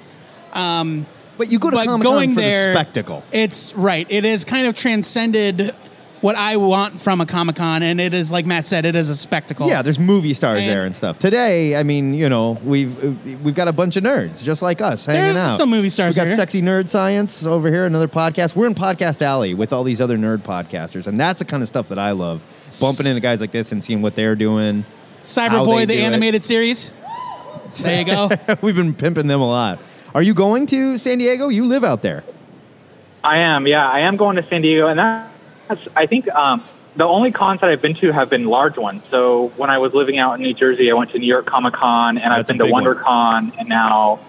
Um, but you go to Comic-Con for the spectacle. It's right. It is kind of transcended what I want from a Comic Con. And it is, like Matt said, it is a spectacle. Yeah, there's movie stars And- there and stuff. Today, I mean, you know, we've we've got a bunch of nerds just like us hanging There's out. some movie stars We got here. sexy nerd science over here, another podcast. We're in Podcast Alley with all these other nerd podcasters, and that's the kind of stuff that I love. Bumping into guys like this and seeing what they're doing. how they Cyberboy, do the it. animated series. There you go. we've been pimping them a lot. Are you going to San Diego? You live out there. I am, yeah, I am going to San Diego, and that's I think um, the only cons that I've been to have been large ones. So when I was living out in New Jersey, I went to New York Comic Con, and That's a I've been to big one. WonderCon, and now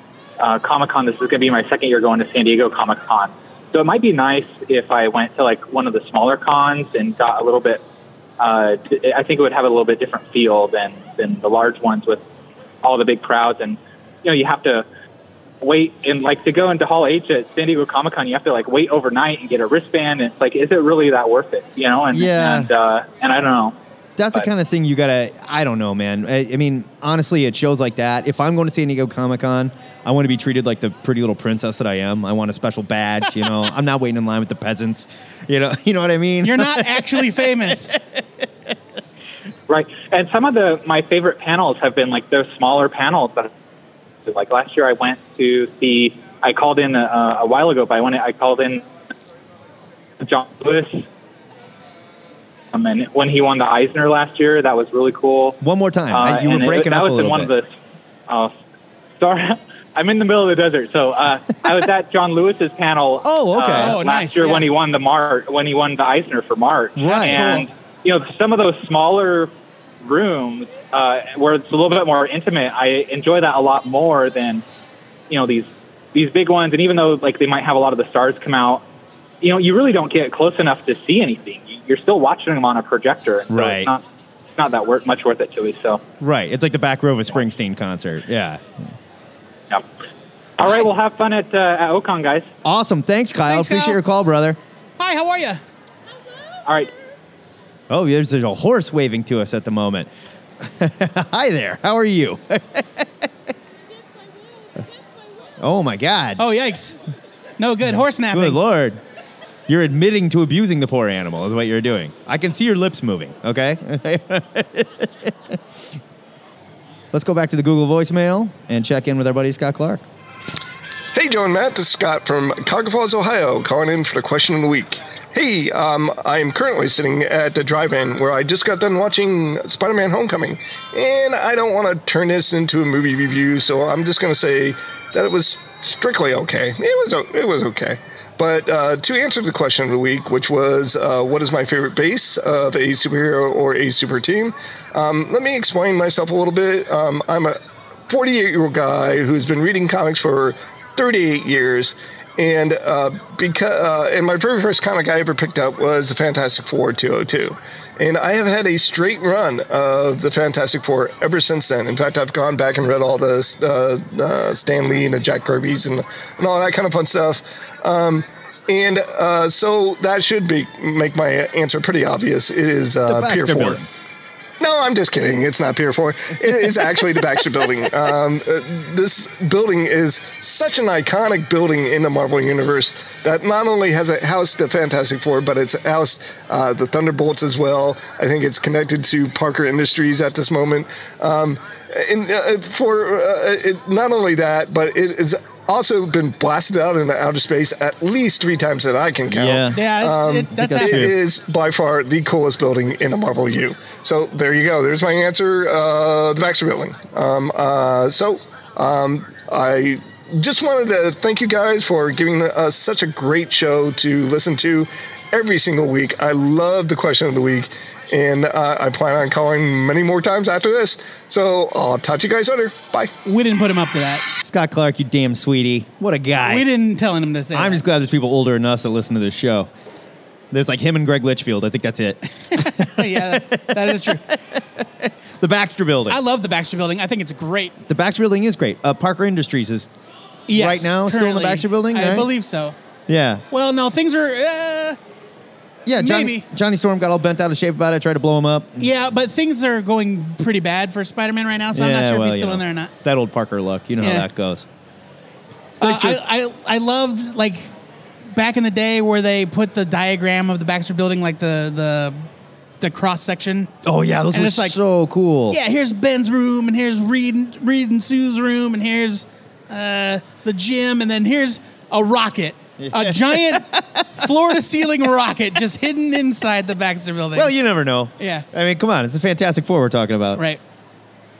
uh, Comic Con. This is going to be my second year going to San Diego Comic Con. So it might be nice if I went to like one of the smaller cons and got a little bit. Uh, d- I think it would have a little bit different feel than than the large ones with all the big crowds, and you know you have to wait and like to go into Hall H at San Diego Comic Con, you have to like wait overnight and get a wristband. It's like, is it really that worth it? You know? And Yeah. and, uh, and I don't know. That's But- the kind of thing you gotta. I don't know, man. I, I mean, honestly, it shows like that. If I'm going to San Diego Comic Con, I want to be treated like the pretty little princess that I am. I want a special badge. You know, I'm not waiting in line with the peasants. You know, you know what I mean. You're not actually famous. Right. And some of the my favorite panels have been like those smaller panels that like last year I went to see I called in a, a while ago, but I went I called in John Lewis. Um, and when he won the Eisner last year, that was really cool. One more time. Uh, I- you and were it- breaking that up a was in little one Of bit. the, oh, sorry, I'm in the middle of the desert. So uh, I was at John Lewis's panel. Oh, okay. uh, Oh, last nice, year yeah. when he won the Mar- when he won the Eisner for March. Right. And you know some of those smaller rooms uh, where it's a little bit more intimate. I enjoy that a lot more than you know these these big ones. And even though like they might have a lot of the stars come out, you know you really don't get close enough to see anything. You- You're still watching them on a projector. and so Right. It's not, it's not that wor- much worth it to me. So. Right. It's like the back row of a Springsteen concert. Yeah. Yep. All right, we'll have fun at, uh, at Ocon, guys. Awesome. Thanks, Kyle. Thanks, Appreciate Kyle. your call, brother. Hi, how are you? All right. Oh, there's, there's a horse waving to us at the moment. Hi there. How are you? oh my God. Oh, yikes. Oh, No good. Horse napping. Good lord. You're admitting to abusing the poor animal, is what you're doing. I can see your lips moving, okay? Let's go back to the Google voicemail and check in with our buddy Scott Clark. Hey, Joe and Matt, this is Scott from Cuyahoga Falls, Ohio, calling in for the question of the week. Hey, um, I am currently sitting at the drive in where I just got done watching Spider Man Homecoming, and I don't want to turn this into a movie review, so I'm just going to say that it was strictly okay. It was, o- it was okay. But uh, to answer the question of the week, which was uh, what is my favorite base of a superhero or a super team, um, let me explain myself a little bit. Um, I'm a 48 year old guy who's been reading comics for 38 years. And uh, because uh, and my very first comic I ever picked up was the Fantastic Four 202, and I have had a straight run of the Fantastic Four ever since then. In fact, I've gone back and read all the uh, uh, Stan Lee and the Jack Kirby's and, and all that kind of fun stuff. Um, and uh, so that should be make my answer pretty obvious. It is uh, Baxter Pier Four. Building. No, I'm just kidding. It's not Pier 4. It is actually the Baxter Building. Um, uh, this building is such an iconic building in the Marvel Universe that not only has it housed the Fantastic Four, but it's housed uh, the Thunderbolts as well. I think it's connected to Parker Industries at this moment. Um, and uh, for uh, it, not only that, but it has also been blasted out into outer space at least three times that I can count. Um, Yeah. Yeah, it's, it's, that's that's It happening. true. is by far the coolest building in the Marvel U. So there you go. There's my answer. Uh, the Baxter Building. Um, uh, so um, I just wanted to thank you guys for giving us such a great show to listen to every single week. I love the question of the week, and uh, I plan on calling many more times after this. So I'll talk to you guys later. Bye. We didn't put him up to that. Scott Clark, you damn sweetie. What a guy. We didn't tell him to say. I'm that. just glad there's people older than us that listen to this show. There's like him and Greg Litchfield. I think that's it. yeah, that- that is true. The Baxter Building. I love the Baxter Building. I think it's great. the Baxter Building is great. Uh, Parker Industries is. Yes, Right now, still in the currently. Baxter Building, I right? believe so. Yeah. Well, no, things are. Uh, Yeah. Johnny, Maybe. Johnny Storm got all bent out of shape about it, tried to blow him up. yeah, but things are going pretty bad for Spider-Man right now, so I'm not Yeah, sure well, if he's you still know, in there or not. That old Parker luck. You know Yeah. how that goes. Uh, Thanks for- I, I I loved like back in the day where they put the diagram of the Baxter Building, like the the the cross section. Oh, yeah. Those And were it's like- so cool. Yeah, here's Ben's room, and here's Reed and, Reed and Sue's room, and here's uh, the gym, and then here's a rocket, a giant floor to ceiling rocket just hidden inside the Baxter Building. Well, you never know. Yeah. I mean, come on. It's the Fantastic Four we're talking about. Right.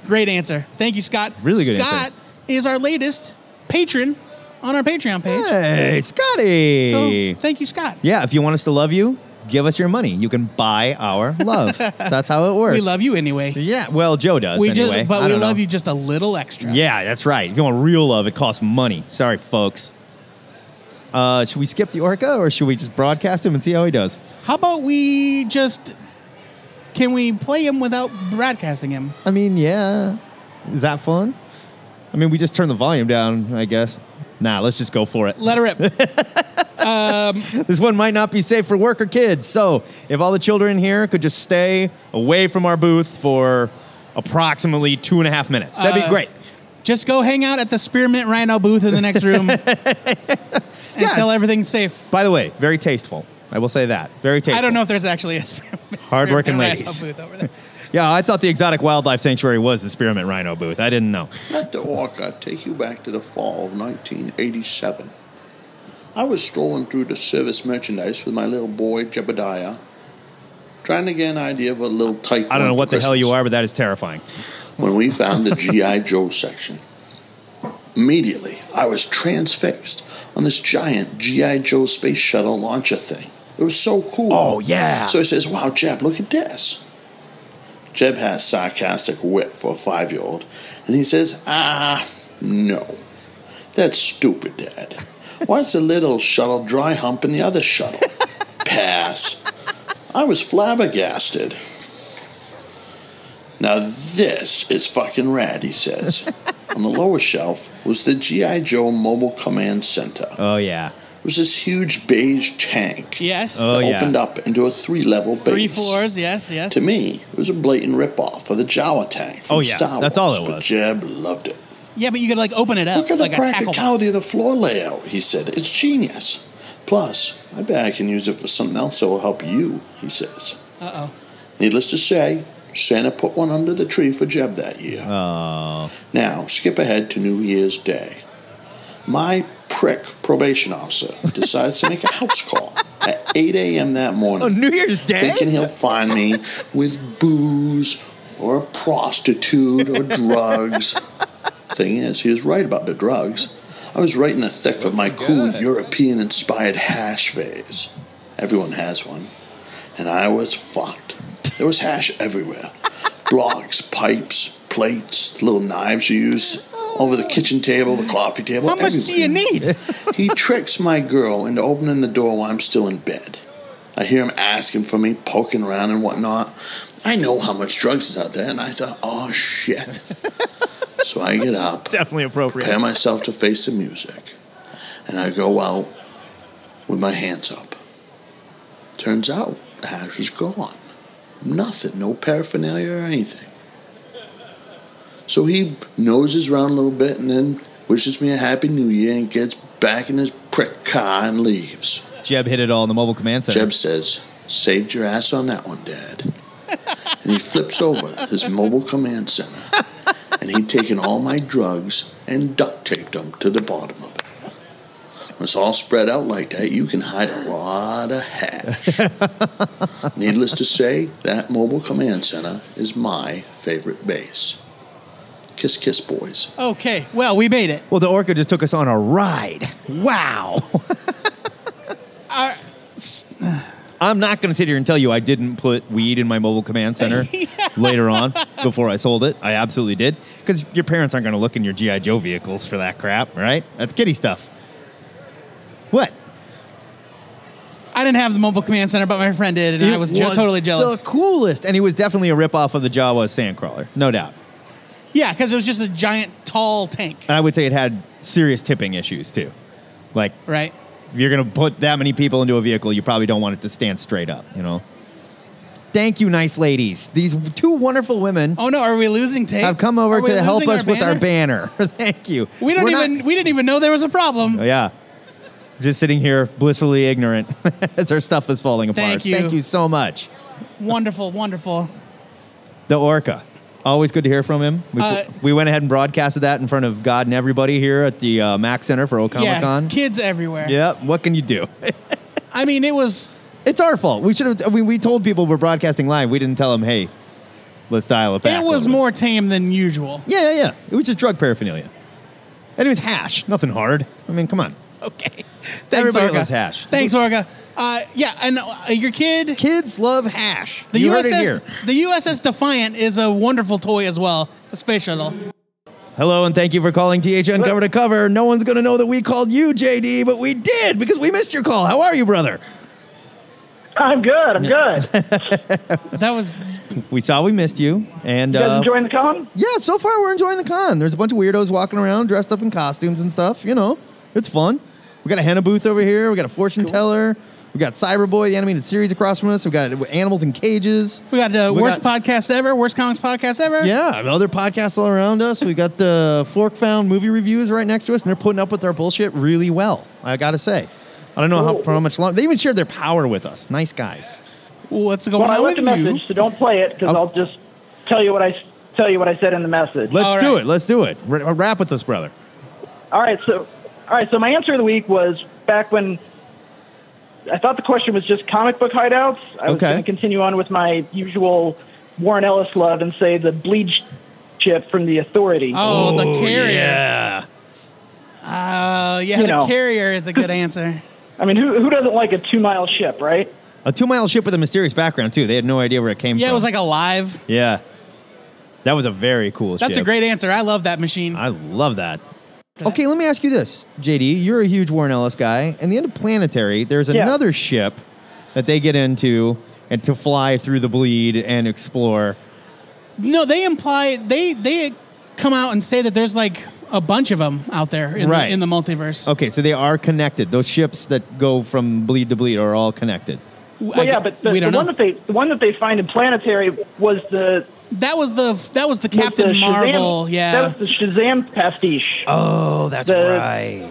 Great answer. Thank you, Scott. Really good Scott answer. is our latest patron on our Patreon page. Hey, Scotty. So thank you, Scott. yeah. If you want us to love you, give us your money. You can buy our love. that's how it works. We love you anyway. Yeah, well, Joe does. we anyway. just, I but we don't know. love you just a little extra. Yeah, that's right. If you want real love, it costs money. Sorry, folks. Uh, should we skip the orca or should we just broadcast him and see how he does? How about we just? Can we play him without broadcasting him? I mean, yeah. Is that fun? I mean, we just turn the volume down, I guess. Nah, let's just go for it. Let her rip. Um, This one might not be safe for work or kids. So, if all the children here could just stay away from our booth for approximately two and a half minutes, that'd be Uh, great. just go hang out at the Spearmint Rhino booth in the next room until it's- everything's safe. By the way, very tasteful. I will say that. Very tasteful. I don't know if there's actually a Spearmint, Hardworking Spearmint ladies. Rhino booth over there. Yeah, I thought the exotic wildlife sanctuary was the Spearmint Rhino booth. I didn't know. Let the orca take you back to the fall of 1987. I was strolling through the service merchandise with my little boy Jebediah, trying to get an idea of a little tyke. I don't know what the hell you are, but that is terrifying. When we found the G.I. Joe section, immediately I was transfixed on this giant G.I. Joe space shuttle launcher thing. It was so cool. Oh, yeah. So he says, Wow, Jeb, look at this. Jeb has sarcastic wit for a five year old, and he says, Ah, no. That's stupid, Dad. Why's the little shuttle dry humping the other shuttle? Pass. I was flabbergasted. Now this is fucking rad, he says. On the lower shelf was the G.I. Joe Mobile Command Center. Oh yeah. It was this huge beige tank Yes. Oh, that yeah. opened up into a three-level base. Three floors. Yes. Yes. To me, it was a blatant rip-off of the Jawa tank from Oh, yeah. Star Wars. That's all it But was. Jeb loved it. Yeah, but you could like open it up Look at like the a tackle. box. practicality of the floor layout, he said. It's genius. Plus, I bet I can use it for something else that will help you, he says. Uh oh. Needless to say, Santa put one under the tree for Jeb that year. Oh. Now, skip ahead to New Year's Day. My prick probation officer decides to make a house call at 8 a.m. that morning. On New Year's Day? Thinking he'll find me with booze or a prostitute or drugs. Thing is, he was right about the drugs. I was right in the thick of my cool European inspired hash phase. Everyone has one. And I was fucked. There was hash everywhere blocks, pipes, plates, little knives you use over the kitchen table, the coffee table. How much do you everything. need? He tricks my girl into opening the door while I'm still in bed. I hear him asking for me, poking around and whatnot. I know how much drugs is out there, and I thought, oh shit. so I get up, Definitely appropriate. prepare myself to face the music, and I go out with my hands up. Turns out the hash is gone. Nothing, no paraphernalia or anything. So he noses around a little bit and then wishes me a happy new year and gets back in his prick car and leaves. Jeb hit it all in the mobile command center. Jeb says, Saved your ass on that one, Dad. and he flips over his mobile command center and he'd taken all my drugs and duct taped them to the bottom of it. When it's all spread out like that, you can hide a lot of hash. Needless to say, that mobile command center is my favorite base. Kiss, kiss, boys. Okay. Well, we made it. Well, the orca just took us on a ride. Wow. Our, I'm not going to sit here and tell you I didn't put weed in my mobile command center later on before I sold it. I absolutely did because your parents aren't going to look in your GI Joe vehicles for that crap, right? That's kiddie stuff. What? I didn't have the mobile command center, but my friend did, and I It was, je- totally jealous. The coolest, and it was definitely a ripoff of the Jawa Sandcrawler, no doubt. Yeah, because it was just a giant, tall tank, And I would say it had serious tipping issues too. Like right? if you're going to put that many people into a vehicle, you probably don't want it to stand straight up, you know. Thank you, nice ladies. These two wonderful women Oh no, are we losing tape? have come Are over we to help losing us with our banner. Thank you. We don't We're not- even we didn't even know there was a problem. Oh, yeah. Just sitting here blissfully ignorant as our stuff is falling apart. Thank you. Thank you so much. Wonderful, wonderful. The Orca. Always good to hear from him. We, Uh, we went ahead and broadcasted that in front of God and everybody here at the uh, Mac Center for yeah, Ocomic Con. kids everywhere. Yep. What can you do? I mean, it was It's our fault. We should have. I mean, we told people we're broadcasting live. We didn't tell them, hey, let's dial it back. it a was little bit. more tame than usual. Yeah, yeah, yeah. It was just drug paraphernalia, and it was hash. Nothing hard. I mean, come on. Okay. Thanks, Everybody Orga. loves hash. Thanks, Orga. Uh, yeah, and uh, your kid, Kids love hash. the you USS, heard it here. the USS Defiant is a wonderful toy as well. The space shuttle. Hello, and thank you for calling THN cover to cover. No one's gonna know that we called you, JD, but we did because we missed your call. How are you, brother? I'm good. I'm good. You That was We saw we missed you, and guys uh, enjoying the con? yeah, so far we're enjoying the con. There's a bunch of weirdos walking around dressed up in costumes and stuff. You know, it's fun. We got a henna booth over here. We got a fortune teller. We got Cyberboy, the animated series across from us. We got animals in cages. we got the We Uh, worst got- podcast ever, worst comics podcast ever. Yeah, I mean, other podcasts all around us. We got the Fork Found movie reviews right next to us, and they're putting up with our bullshit really well. I gotta say, I don't know how for how much longer. They even shared their power with us. Nice guys. What's going Well, I on left with a you? message, so don't play it because Oh. I'll just tell you what I tell you what I said in the message. Let's All do right. it. Let's do it. R- rap with us, brother. All right, so all right, so my answer of the week was back when I thought the question was just comic book hideouts. I was Okay. going to continue on with my usual Warren Ellis love and say the bleach chip from the Authority. Oh, the carrier. Yeah. Oh, yeah, You the know. carrier is a good answer. I mean, who who doesn't like a two mile ship, right? A two-mile ship with a mysterious background too. They had no idea where it came from. Yeah, it was like alive. yeah. That was a very cool. That's a ship. great answer. I love that machine. I love that. Okay, let me ask you this, JD. You're a huge Warren Ellis guy. In the end of Planetary, there's Yeah. another ship that they get into and to fly through the bleed and explore. no, they imply they they come out and say that there's like a bunch of them out there in, Right. the, in the multiverse. Okay, so they are connected. Those ships that go from bleed to bleed are all connected. I Well, yeah, gu- but the, we don't the one know. that they the one that they find in Planetary was the that was the that was the was Captain the Shazam- Marvel. yeah, that was the Shazam pastiche. Oh, that's The- right.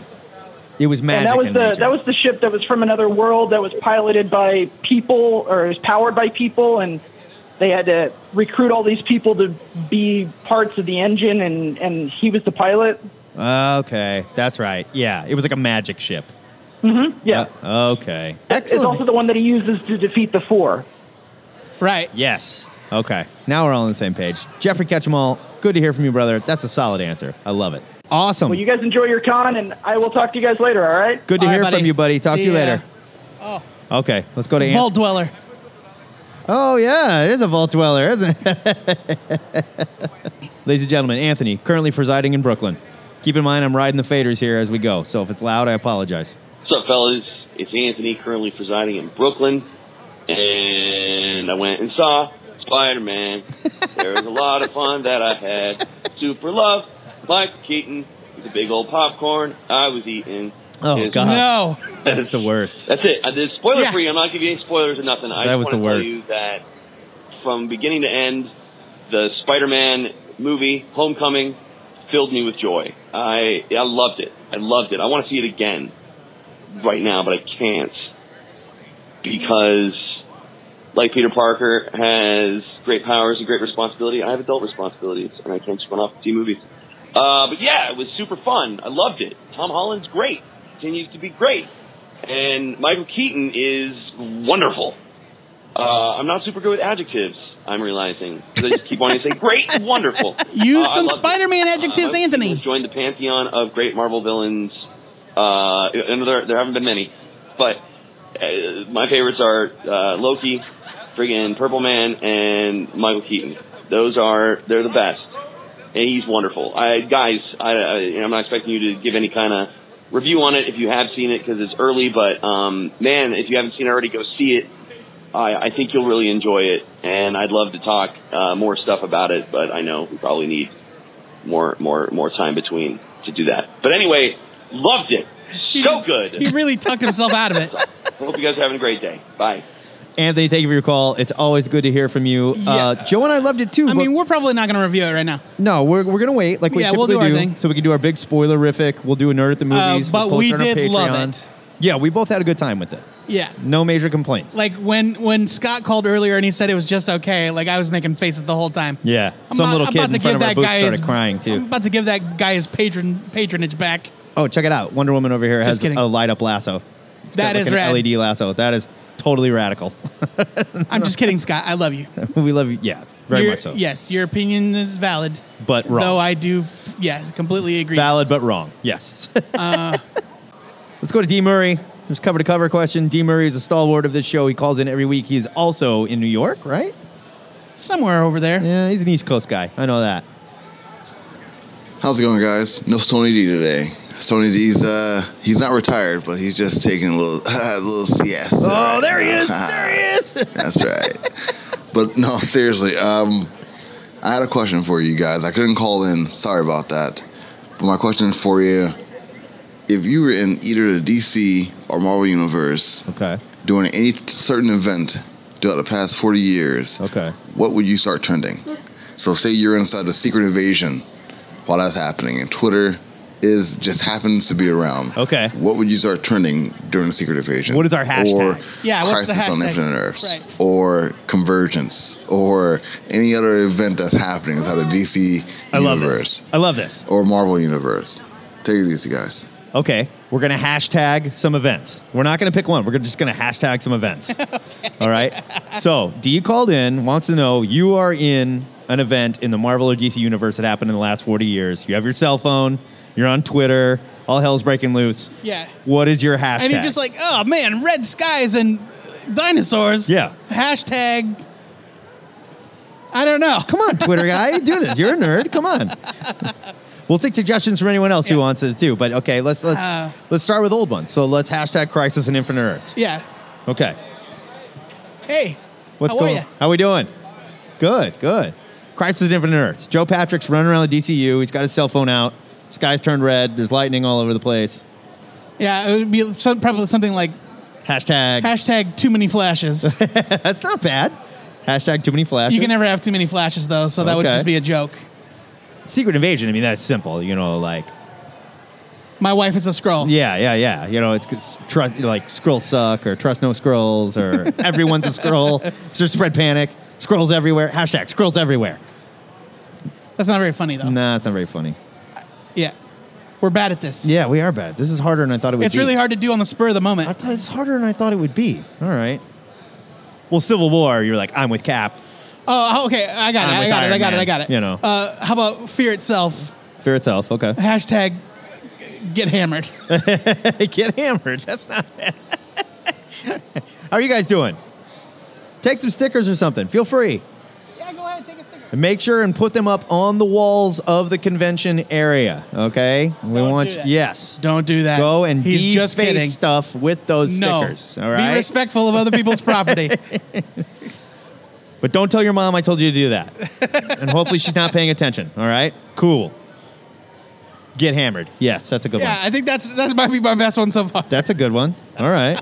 It was magic. and that was in the nature. that was the ship that was from another world that was piloted by people or is powered by people, and they had to recruit all these people to be parts of the engine, and and he was the pilot. okay, that's right. Yeah, it was like a magic ship. Mm-hmm. hmm Yeah, Uh, okay. It's also the one that he uses to defeat the four. Right. Yes. Okay. Now we're all on the same page. Jeffrey Catchemall, good to hear from you, brother. That's a solid answer. I love it. Awesome. Well, you guys enjoy your con, and I will talk to you guys later. All right. good to hear from you, buddy. Talk to you later. Oh. Okay. Let's go to Ant- Vault Dweller. Oh yeah, it is a vault dweller, isn't it? Ladies and gentlemen, Anthony, currently presiding in Brooklyn. Keep in mind, I'm riding the faders here as we go, so if it's loud, I apologize. What's up, fellas? It's Anthony, currently presiding in Brooklyn, and I went and saw Spider Man. there was a lot of fun that I had. Super love, Mike Keaton, the big old popcorn I was eating. Oh His- God, that's the worst. That's it. I did spoiler free. I'm not giving you any spoilers or nothing. I That just was want the to worst. tell you that from beginning to end, the Spider-Man movie Homecoming filled me with joy. I I loved it. I loved it. I want to see it again right now, but I can't because like Peter Parker has great powers and great responsibility. I have adult responsibilities, and I can't just run off and see movies. Uh, but yeah, it was super fun. I loved it. Tom Holland's great. Continues to be great. And Michael Keaton is wonderful. Uh, I'm not super good with adjectives, I'm realizing. 'cause I just keep wanting to say great and wonderful. Use Uh, I some loved it. Spider-Man adjectives, Michael Anthony. Keaton has Joined the pantheon of great Marvel villains. Uh, and there, there haven't been many, but uh, my favorites are uh, Loki, friggin' Purple Man, and Michael Keaton. Those are they're the best, and he's wonderful. I guys, I, I and I'm not expecting you to give any kind of review on it if you have seen it because it's early. But um, man, if you haven't seen it already, go see it. I, I think you'll really enjoy it, and I'd love to talk uh, more stuff about it. But I know we probably need more more more time between to do that. But anyway, loved it. So good. He really tucked himself out of it. Hope you guys are having a great day. Bye. Anthony, thank you for your call. It's always good to hear from you. Uh, Joe and I loved it too. I mean, we're probably not going to review it right now. No, we're, we're going to wait like we Yeah, we'll typically do our do, thing. so we can do our big spoilerific. We'll do a nerd at the Uh, movies. but we'll post we it on our did love Patreon. it. Yeah, we both had a good time with it. Yeah. No major complaints. Like when when Scott called earlier and he said it was just okay. Like I was making faces the whole time. Yeah, I'm some not- little I'm kid about in to front of give that our booth guy started his- crying too. I'm about to give that guy his patron patronage back. Oh, check it out! Wonder Woman over here has Just kidding. a light up lasso. It's got That like is an rad. LED lasso. That is totally radical. I'm just kidding, Scott. I love you. we love you. Yeah, very Your- much so. Yes, your opinion is valid. But wrong. Though I do, f- yeah, completely agree. Valid but wrong. Yes. Uh, Let's go to D Murray. There's cover to cover question. D Murray is a stalwart of this show. He calls in every week. He is also in New York, right? Somewhere over there. Yeah, he's an East Coast guy. I know that. How's it going, guys? No Stony D today. Stony D's uh, he's not retired, but he's just taking a little a little CS. Oh, there he is! There he is! That's right. But no, seriously, um, I had a question for you guys. I couldn't call in. Sorry about that. But my question for you: If you were in either the DC or Marvel universe, okay, doing any certain event throughout the past forty years, okay, what would you start trending? So, say you're inside the Secret Invasion while that's happening, and Twitter is just happens to be around. Okay. What would you start trending during the Secret Invasion? What is our hashtag? Or Yeah, what's the Crisis on hashtag? Infinite Earths, or Convergence, or any other event that's happening inside the DC I love universe this. I love this. or Marvel universe. Take it easy, guys. Okay, we're gonna hashtag some events. We're not gonna pick one. We're gonna- just gonna hashtag some events. All right. So D called in, wants to know you are in an event in the Marvel or DC universe that happened in the last forty years. You have your cell phone. You're on Twitter. All hell's breaking loose. yeah. What is your hashtag? And you're just like, oh man, red skies and dinosaurs. Yeah. Hashtag. I don't know. Come on, Twitter guy, do this. You're a nerd. Come on. We'll take suggestions from anyone else who wants it too. But okay, let's let's Uh. let's start with old ones. So let's hashtag Crisis and Infinite Earths. Yeah. Okay. Hey. What's How are going? ya? How we doing? Good, good. Crisis of Infinite Earths. Joe Patrick's running around the DCU. He's got his cell phone out. Sky's turned red. There's lightning all over the place. Yeah, it would be some, probably something like Hashtag. hashtag too many flashes. That's not bad. Hashtag too many flashes. You can never have too many flashes though, so that would Okay. just be a joke. Secret Invasion. I mean, that's simple. You know, like My wife is a scroll. Yeah, yeah, yeah. You know, it's, it's trust like Skrill suck or trust no Skrills or everyone's a Skrill. So spread panic. Scrolls everywhere. Hashtag Skrills everywhere. That's not very funny though. Nah, it's not very funny. Yeah, we're bad at this. Yeah, we are bad. This is harder than I thought it would It's be. really hard to do on the spur of the moment. It's harder than I thought it would be. All right. Well, Civil War, you're like, I'm with Cap. Oh, okay. I got it. I'm I with got it. Iron I got it. Man, I got it. you know. Uh, how about fear itself? Fear itself. Okay. Hashtag get hammered. Get hammered. That's not bad. How are you guys doing? Take some stickers or something. Feel free. Yeah, go ahead. Take a sticker. And make sure and put them up on the walls of the convention area. Okay. We want do you- that. yes. Don't do that. Go and He's just deface kidding. stuff with those No. stickers. All right. Be respectful of other people's property. But don't tell your mom I told you to do that. and hopefully she's not paying attention. All right? Cool. Get hammered. Yes, that's a good yeah, one. I think that's that might be my best one so far. That's a good one. All right.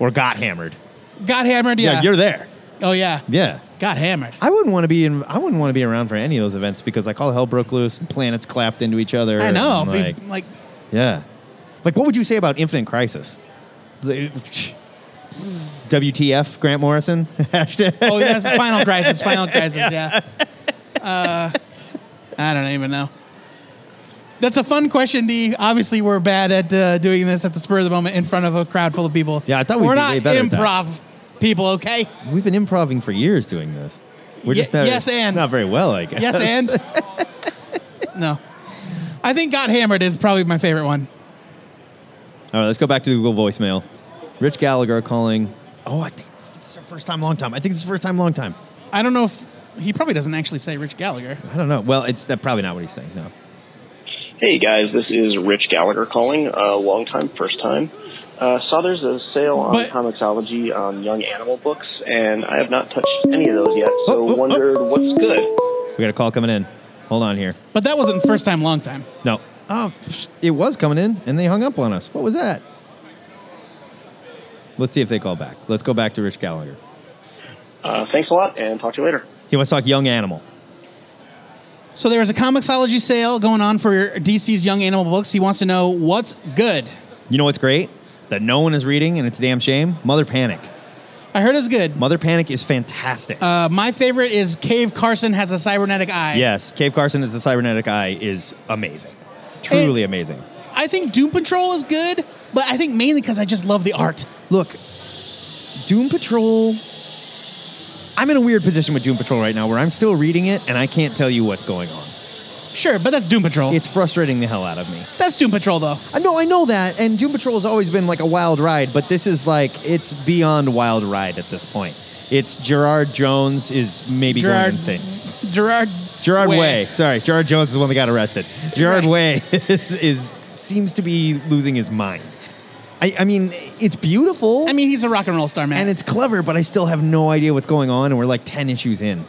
or got hammered. Got hammered. Yeah. you're there. oh yeah. Yeah. Got hammered. I wouldn't want to be in, I wouldn't want to be around for any of those events because like all hell broke loose, and planets clapped into each other. I know. and, Be- Like, like yeah. Like what would you say about Infinite Crisis? The- WTF Grant Morrison? Hashtag. oh, that's Final Crisis. Final Crisis. Yeah. Uh, I don't even know. That's a fun question, D. Obviously, we're bad at uh, doing this at the spur of the moment in front of a crowd full of people. Yeah, I thought we'd we're be not way better at that. improv people. Okay. We've been improving for years doing this. We're Ye- just not, yes and. not very well, I guess. Yes, and no. I think "Got Hammered" is probably my favorite one. All right, let's go back to the Google voicemail. Rich Gallagher calling. Oh, I think this is the first time, long time. I think this is the first time, long time. I don't know if he probably doesn't actually say Rich Gallagher. I don't know. Well, it's that probably not what he's saying. No. Hey guys, this is Rich Gallagher calling. Uh, long time, first time. Uh, saw there's a sale on Comixology on young animal books, and I have not touched any of those yet. So wondered what's good. We got a call coming in. Hold on here. But that wasn't first time, long time. No. Oh, psh, it was coming in, and they hung up on us. What was that? Let's see if they call back. Let's go back to Rich Gallagher. Uh, thanks a lot, and talk to you later. He wants to talk young animal. So there was a Comixology sale going on for DC's Young Animal books. He wants to know what's good. You know what's great? That no one is reading, and it's a damn shame. Mother Panic. I heard it's good. Mother Panic is fantastic. Uh, my favorite is Cave Carson has a cybernetic eye. yes, Cave Carson as the cybernetic eye is amazing. Truly amazing. I think Doom Patrol is good, but I think mainly because I just love the art. Look, Doom Patrol. I'm in a weird position with Doom Patrol right now where I'm still reading it and I can't tell you what's going on. Sure, but that's Doom Patrol. It's frustrating the hell out of me. That's Doom Patrol though. I know, I know that, and Doom Patrol has always been like a wild ride, but this is like it's beyond wild ride at this point. It's Gerard Jones is maybe Gerard- going insane. Gerard. Gerard Way. Way. Sorry, Gerard Jones is the one that got arrested. Gerard Way is, is seems to be losing his mind. I, I mean, it's beautiful. I mean, he's a rock and roll star, man. and it's clever, but I still have no idea what's going on, and we're like 10 issues in.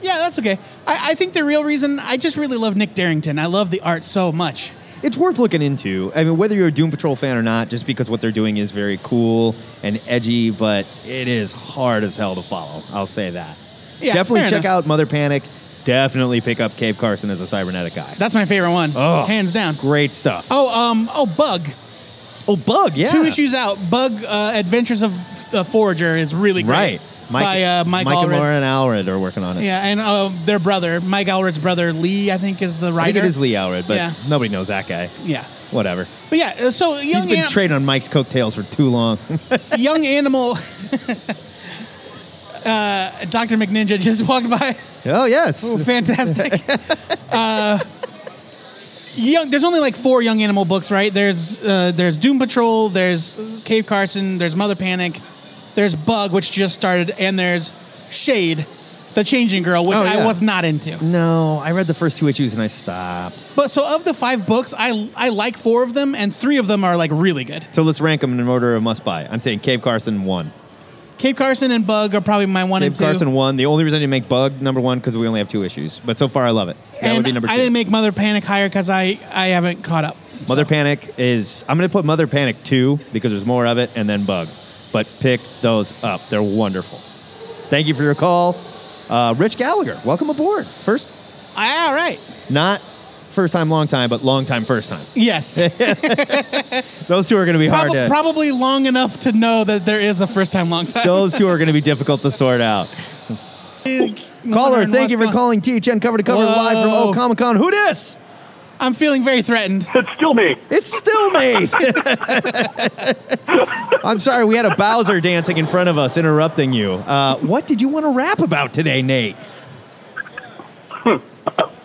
Yeah, that's okay. I, I think the real reason I just really love Nick Darrington. I love the art so much. It's worth looking into. I mean, whether you're a Doom Patrol fan or not, just because what they're doing is very cool and edgy, but it is hard as hell to follow. I'll say that. Yeah, Definitely fair check enough. out Mother Panic. Definitely pick up Cave Carson as a cybernetic guy. That's my favorite one. Oh. Hands down. Great stuff. Oh, um, oh, Bug. Oh, Bug, yeah. Two issues out. Bug uh, Adventures of the Forager is really great. Right. by uh, Mike, and Allred. Lauren Alred are working on it. Yeah, and uh, their brother, Mike Allred's brother, Lee, I think is the writer. I think it is Lee Alred, but Yeah. nobody knows that guy. Yeah. Whatever. But yeah, uh, so young He's been Anim- trading on Mike's coattails for too long. young animal. uh, Doctor McNinja just walked by. oh, yes. Oh, fantastic. uh, young, there's only like four Young Animal books, right? There's uh, there's Doom Patrol, there's Cave Carson, there's Mother Panic, there's Bug, which just started, and there's Shade, the Changing Girl, which Oh, yeah. I was not into. No, I read the first two issues and I stopped. But so of the five books, I I like four of them, and three of them are like really good. So let's rank them in order of must buy. I'm saying Cave Carson one. Cave Carson and Bug are probably my one Cave and two. Carson one. The only reason I didn't make Bug number one because we only have two issues. But so far I love it. That and would be number two. I didn't make Mother Panic higher because I I haven't caught up. Mother Panic is. I'm going to put Mother Panic two because there's more of it, and then Bug. But pick those up. They're wonderful. Thank you for your call, uh, Rich Gallagher. Welcome aboard. First, All Ah, right. not first time, long time, but long time, first time. Yes. Those two are going to be hard Prob- to. probably long enough to know that there is a first time, long time. Those two are going to be difficult to sort out. Caller, thank you for calling THN cover to cover live from Whoa. O Comic Con. Who dis? I'm feeling very threatened. It's still me. It's still me. I'm sorry, we had a Bowser dancing in front of us, interrupting you. Uh, what did you want to rap about today, Nate?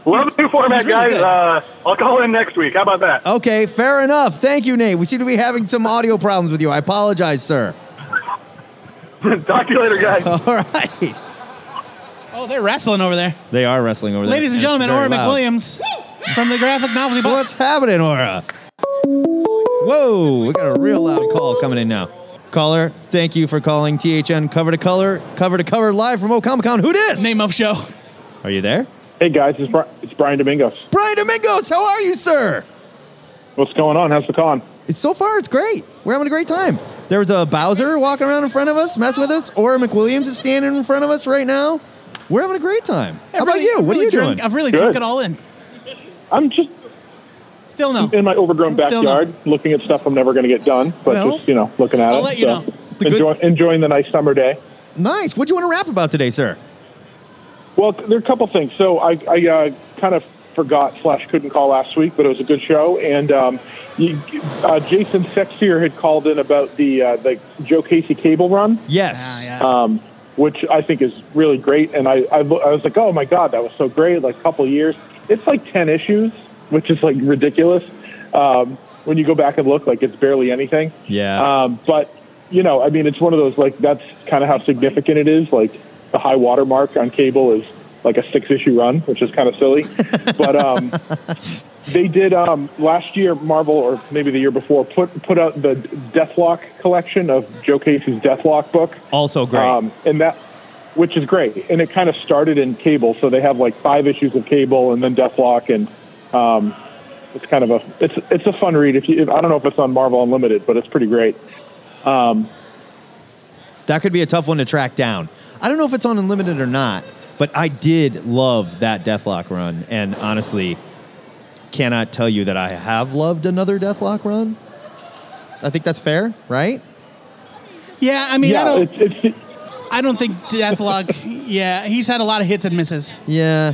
Love the new format, guys. Uh, I'll call in next week. How about that? Okay, fair enough. Thank you, Nate. We seem to be having some audio problems with you. I apologize, sir. Talk to you later, guys. All right. Oh, they're wrestling over there. They are wrestling over there. Ladies and It's gentlemen, very Ora loud. McWilliams from the graphic novelty box. What's happening, Aura? Whoa, we got a real loud call coming in now. Caller, thank you for calling THN Cover to Color, Cover to Cover, live from O Comic Con. Who dis? Name of show. Are you there? Hey guys, it's, Bri- it's Brian Domingos. Brian Domingos, how are you, sir? What's going on? How's the con? It's so far, it's great. We're having a great time. There was a Bowser walking around in front of us, messing with us. Aura McWilliams is standing in front of us right now. We're having a great time. How about you? What are you drunk, doing? I've really drunk it all in. I'm just still no in my overgrown Still no. backyard, looking at stuff I'm never going to get done, but Well, just you know, looking at I'll let it. you so enjoy- enjoying the nice summer day. Nice. What do you want to rap about today, sir? Well, there are a couple things. So I, I uh, kind of forgot slash couldn't call last week, but it was a good show. And um, you, uh, Jason Sexier had called in about the uh, the Joe Casey cable run. Uh, Yes. Um, which I think is really great. And I, I, lo- I was like, oh my god, that was so great. Like a couple years. It's like ten issues, which is like ridiculous. Um, when you go back and look, like it's barely anything. Yeah. uh, Um, but you know, I mean, it's one of those like that's kind of how significant it is. Like the high water mark on cable is like a six issue run, which is kind of silly. but um, they did um, last year. Marvel, or maybe the year before, put put out the Deathlock collection of Joe Casey's Deathlock book. Um, Also great. and that. Which is great, and it kind of started in cable, so they have like five issues of cable, and then Deathlock, and um, it's kind of a it's it's a fun read. If you, if, I don't know if it's on Marvel Unlimited, but it's pretty great. Um, That could be a tough one to track down. I don't know if it's on Unlimited or not, but I did love that Deathlock run, and honestly, cannot tell you that I have loved another Deathlock run. I think that's fair, right? Yeah, I mean, Yeah, I don't. I don't think Deathlok. yeah, he's had a lot of hits and misses. Yeah.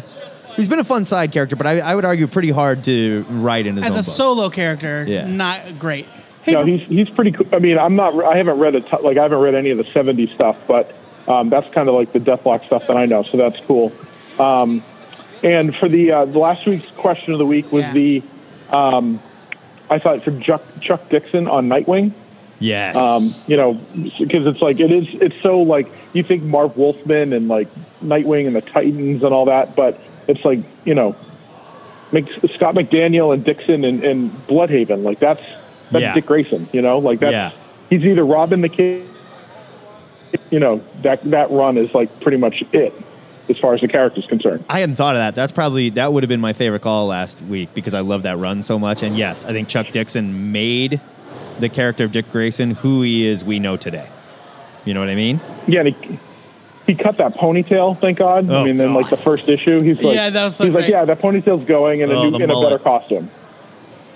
He's been a fun side character, but I, I would argue pretty hard to write in his As own a book. solo character, Yeah. not great. no, he's he's pretty. cool. I mean, I'm not. I haven't read a ton, like I haven't read any of the '70s stuff, but um, that's kind of like the Deathlock stuff that I know. So that's cool. Um, and for the uh, the last week's question of the week was the, um, I thought for Chuck Chuck Dixon on Nightwing. yes. Um, you know, because it's like it is. It's so like you think Marv Wolfman and like Nightwing and the Titans and all that, but it's like you know, Mc, Scott McDaniel and Dixon and, and Bloodhaven. Like that's that's Yeah. Dick Grayson. You know, like that's Yeah. he's either Robin the Kid. You know that that run is like pretty much it as far as the character's concerned. I hadn't thought of that. That's probably that would have been my favorite call last week because I love that run so much. And yes, I think Chuck Dixon made the character of Dick Grayson who he is we know today. You know what I mean? Yeah, and he, he cut that ponytail. Thank God. I mean, then like the first issue, he's like, Oh, Yeah, that was so he's like, great. yeah, that ponytail's going and Oh, a the new, in a mullet. better costume.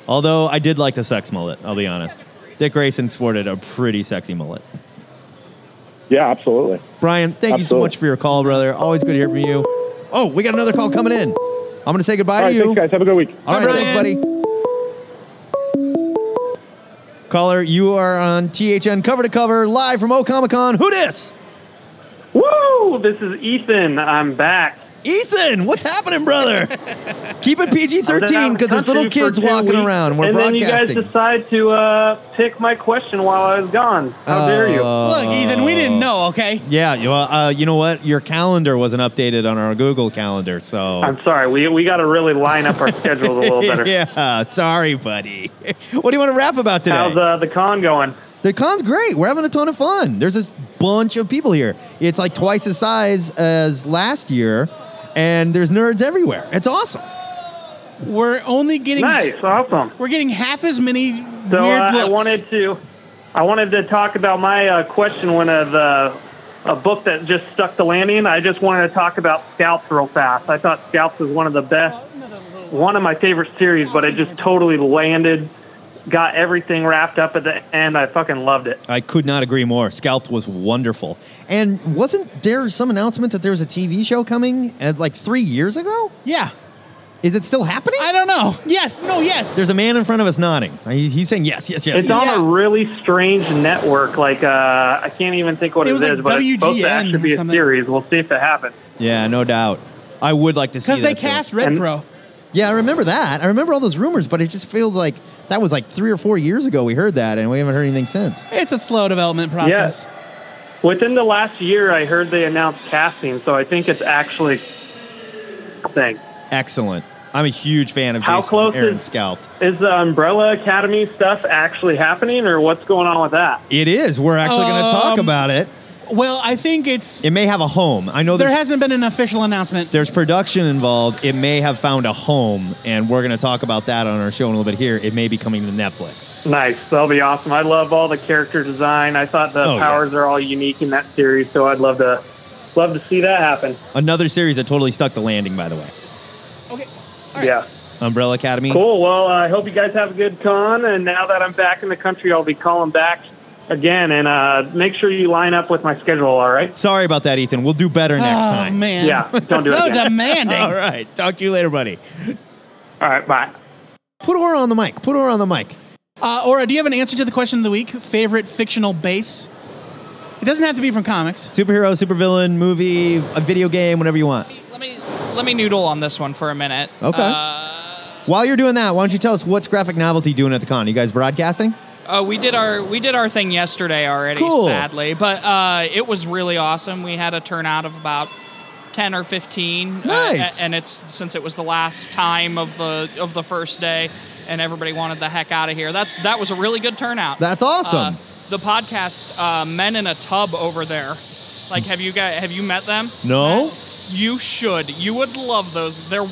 Although I did like the sex mullet, I'll be honest. Dick Grayson sported a pretty sexy mullet. Yeah, absolutely. Brian, thank you so Absolutely. much for your call, brother. Always good to hear from you. Oh, we got another call coming in. I'm going to say goodbye All right, to you. thanks, guys. Have a good week. All right, thanks, buddy. Caller, you are on THN cover to cover, live from O Comic Con. Who dis? Woo! This is Ethan. I'm back. Ethan, what's happening, brother? Keep it PG I've been out of 13 the because there's little country for kids 10 walking weeks, around. We're and broadcasting. then you guys decide to uh, pick my question while I was gone. How dare you? Look, Ethan, we didn't know, okay? yeah, you, uh, you know what? Your calendar wasn't updated on our Google calendar, so. I'm sorry. We we got to really line up our schedules a little better. yeah, sorry, buddy. What do you want to rap about today? How's uh, the con going? The con's great. We're having a ton of fun. There's a bunch of people here. It's like twice the size as last year, and there's nerds everywhere. It's awesome. We're only getting nice, awesome. We're getting half as many So weird uh, looks. I wanted to, I wanted to talk about my uh, question. One of the a book that just stuck the landing. I just wanted to talk about scalps real fast. I thought scalps was one of the best one of my favorite series, but it just totally landed, got everything wrapped up at the end. I fucking loved it. I could not agree more. Scalped was wonderful. And wasn't there some announcement that there was a TV show coming at like three years ago? Yeah. Is it still happening? I don't know. Yes. No, yes. There's a man in front of us nodding. He- He's saying yes, yes, yes. It's on a really strange network. Like uh, I can't even think what It it was is, like but it's supposed to WGN actually be or a something. series. We'll see if it happens. Yeah, no doubt. I would like to see Because they that, though. cast Red And- Pro. Yeah, I remember that. I remember all those rumors, but it just feels like that was like three or four years ago we heard that, and we haven't heard anything since. It's a slow development process. Within the last year, I heard they announced casting, so I think it's actually a thing. Excellent. I'm a huge fan of How Jason close Aaron is- Scalped. Is the Umbrella Academy stuff actually happening, or what's going on with that? It is. We're actually going to talk Um, about it. Well, I think it's. It may have a home. I know there there's, hasn't been an official announcement. there's production involved. It may have found a home, and we're going to talk about that on our show in a little bit here. It may be coming to Netflix. Nice. That'll be awesome. I love all the character design. I thought the Oh, yeah. powers are all unique in that series, so I'd love to love to see that happen. Another series that totally stuck the landing, by the way. Yeah. Umbrella Academy. Cool. Well, I hope you guys have a good con. And now that I'm back in the country, I'll be calling back again. And uh, make sure you line up with my schedule. All right. Sorry about that, Ethan. We'll do better next Oh, time. man. Yeah, don't do it So again. demanding. All right. Talk to you later, buddy. All right. Bye. Put Aura on the mic. Put Aura on the mic. Uh, Aura, do you have an answer to the question of the week? Favorite fictional base? It doesn't have to be from comics. Superhero, supervillain, movie, a video game, whatever you want. Let me noodle on this one for a minute. Okay. Uh, While you're doing that, why don't you tell us what's graphic novelty doing at the con? You guys broadcasting? uh, we did our we did our thing yesterday already, Cool. sadly, but uh, it was really awesome. We had a turnout of about ten or fifteen. uh, Nice. a- and it's since it was the last time of the of the first day, and everybody wanted the heck out of here. That's that was a really good turnout. That's awesome. Uh, the podcast uh, Men in a Tub over there. Like, have you guys have you met them? No? You should. You would love those. They're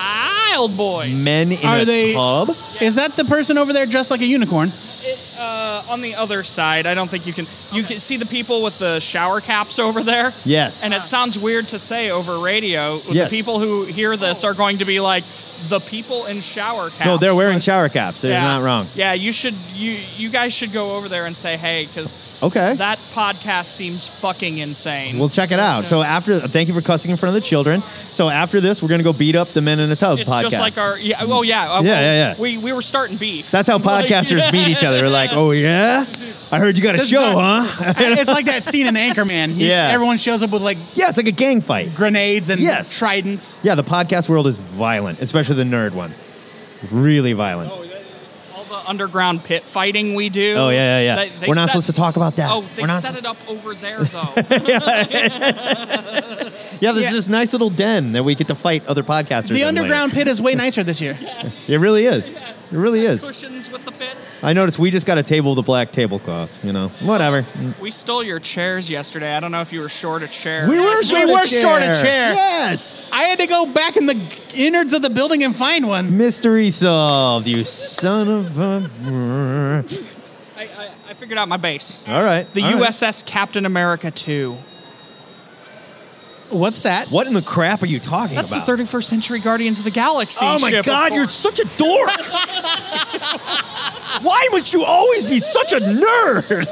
wild boys. Men in Are a they- tub? Is that the person over there dressed like a unicorn? Uh, on the other side, I don't think you can. You can see the people with the shower caps over there. Yes. And it sounds weird to say over radio. Yes. The people who hear this are going to be like the people in shower caps. No, they're wearing shower caps. They're Yeah. not wrong. Yeah, you should. You you guys should go over there and say hey, because Okay. that podcast seems fucking insane. We'll check it out. So after, thank you for cussing in front of the children. So after this, we're gonna go beat up the men in a tub It's podcast. just like our yeah. Well, yeah. Yeah, yeah, yeah. We we were starting beef. That's how Like- podcasters beat each other. They're like, oh yeah, I heard you got a This is show, our- huh? it's like that scene in Anchorman. You- Yeah. Everyone shows up with like yeah, it's like a gang fight. grenades and Yes. tridents. Yeah, the podcast world is violent, especially the nerd one. Really violent. Oh, all the underground pit fighting we do. Oh, yeah, yeah, yeah. They- they We're not set- supposed to talk about that. Oh, they We're not set it up over there though. Yeah, there's this nice little den that we get to fight other podcasters. The in later. underground pit is way nicer this year. It really is. It really is. Cushions with the pit. I noticed we just got a table with a black tablecloth. You know, whatever. We stole your chairs yesterday. I don't know if you were short a chair. We were short a were short a chair. chair. Yes. I had to go back in the g- innards of the building and find one. Mystery solved. You son of a. I figured out my base. All right. The all right. USS Captain America 2. What's that? What in the crap are you talking That's about? the 31st century Guardians of the Galaxy. Oh my ship, of God, course. you're such a dork. Why must you always be such a nerd?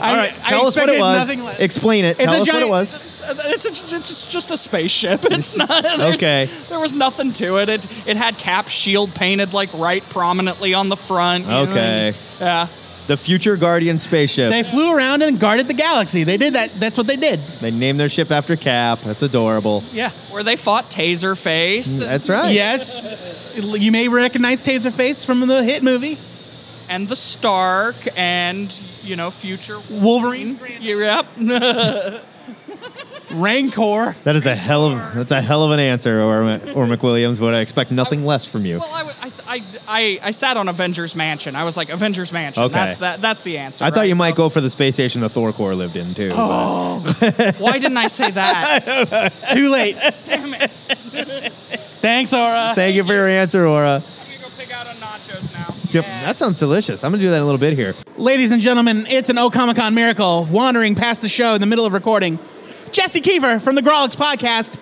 I, All right, I tell us what it expected was. nothing less. Explain it. It's tell a us what giant- it was. Uh, It's, a, it's just a spaceship. It's not. there's- Okay. There was nothing to it. It it had cap shield painted like right prominently on the front. you know? Okay. Yeah. The future Guardian spaceship. They flew around and guarded the galaxy. They did that. That's what they did. They named their ship after Cap. That's adorable. Yeah. Where they fought Taserface. Mm, That's right. Yes. You may recognize Taserface from the hit movie. And the Stark and, you know, future Wolverine's Yep. Rancor. That is a hell of that's a hell of an answer, or or McWilliams. But I expect nothing less from you. Well, I, w- I, I, I, I sat on Avengers Mansion. I was like, Avengers Mansion. Okay. That's that. That's the answer. I thought right? you might go for the space station the Thor Corps lived in too. Oh. Why didn't I say that? Too late. Damn it. Thanks, Aura. but- Thank you for your answer, Aura. Yep, that sounds delicious. I'm gonna do that in a little bit here. Ladies and gentlemen, it's an O Comic Con miracle wandering past the show in the middle of recording. Jesse Kiefer from the Grolix podcast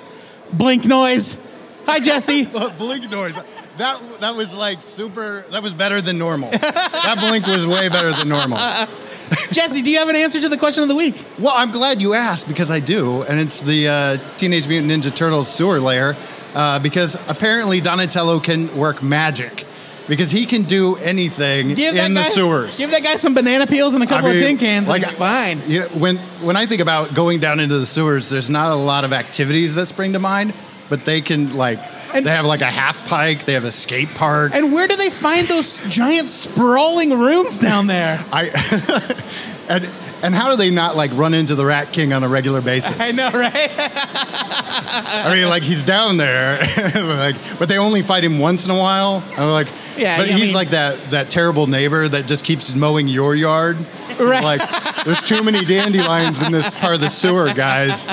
Blink noise. Hi, Jesse. blink noise. That that was like super. That was better than normal. that blink was way better than normal. Jesse, Uh, do you have an answer to the question of the week? Well, I'm glad you asked because I do, and it's the uh, Teenage Mutant Ninja Turtles sewer layer. Uh, because apparently Donatello can work magic, because he can do anything Give that in the guy- sewers. Give that guy some banana peels and a couple of tin cans. Like, fine. You know, when when I think about going down into the sewers, there's not a lot of activities that spring to mind, but they can like they have like a half pike, they have a skate park. and where do they find those giant sprawling rooms down there? I and and how do they not like run into the Rat King on a regular basis? I know, right? I mean, like he's down there, like, but they only fight him once in a while. I'm like, Yeah, but I he's mean- like that that terrible neighbor that just keeps mowing your yard. Right. Like, there's too many dandelions in this part of the sewer, guys,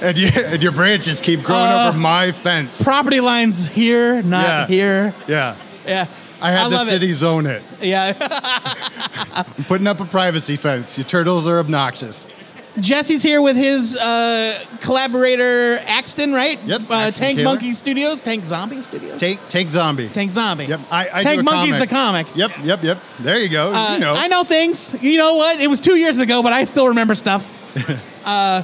and, you, and your branches keep growing Uh, over my fence. Property lines here, not Yeah. here. Yeah, Yeah. I had the love city it. zone it. Yeah. I'm putting up a privacy fence. Your turtles are obnoxious. Jesse's here with his uh, collaborator Axton, right? Yep. Uh, Tank Taylor. Monkey Studios, Tank Zombie Studios. Tank Tank Zombie. Tank Zombie. Yep. I, I Tank do a Monkey's the comic. Yep. Yep. Yep. There you go. Uh, you know. I know things. You know what? It was two years ago, but I still remember stuff. uh,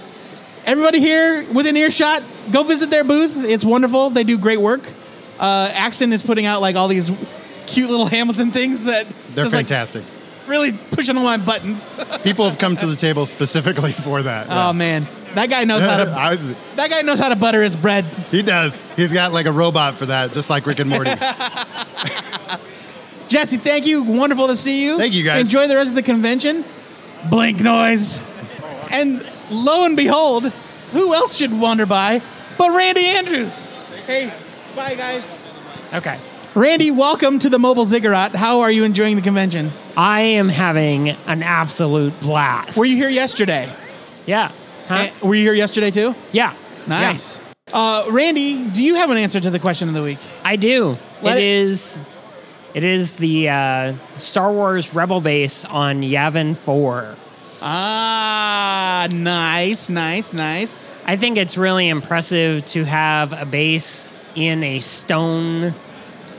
everybody here within earshot, go visit their booth. It's wonderful. They do great work. Uh, Axton is putting out like all these cute little Hamilton things that They're just, like, fantastic. really pushing on my buttons. People have come to Uh, the table specifically for that. Oh man, that guy knows how to. I was- that guy knows how to butter his bread. He does. He's got like a robot for that, just like Rick and Morty. Jesse, thank you. Wonderful to see you. Thank you, guys. Enjoy the rest of the convention. Blink noise. And lo and behold, who else should wander by but Randy Andrews? Hey, bye guys. Okay. Randy, welcome to the Mobile Ziggurat. How are you enjoying the convention? I am having an absolute blast. Were you here yesterday? Yeah. Eh, were you here yesterday too? Yeah. Nice. Uh, Randy, do you have an answer to the question of the week? I do. Let it is. It is the uh, Star Wars Rebel base on Yavin Four. Ah, nice, nice, nice. I think it's really impressive to have a base in a stone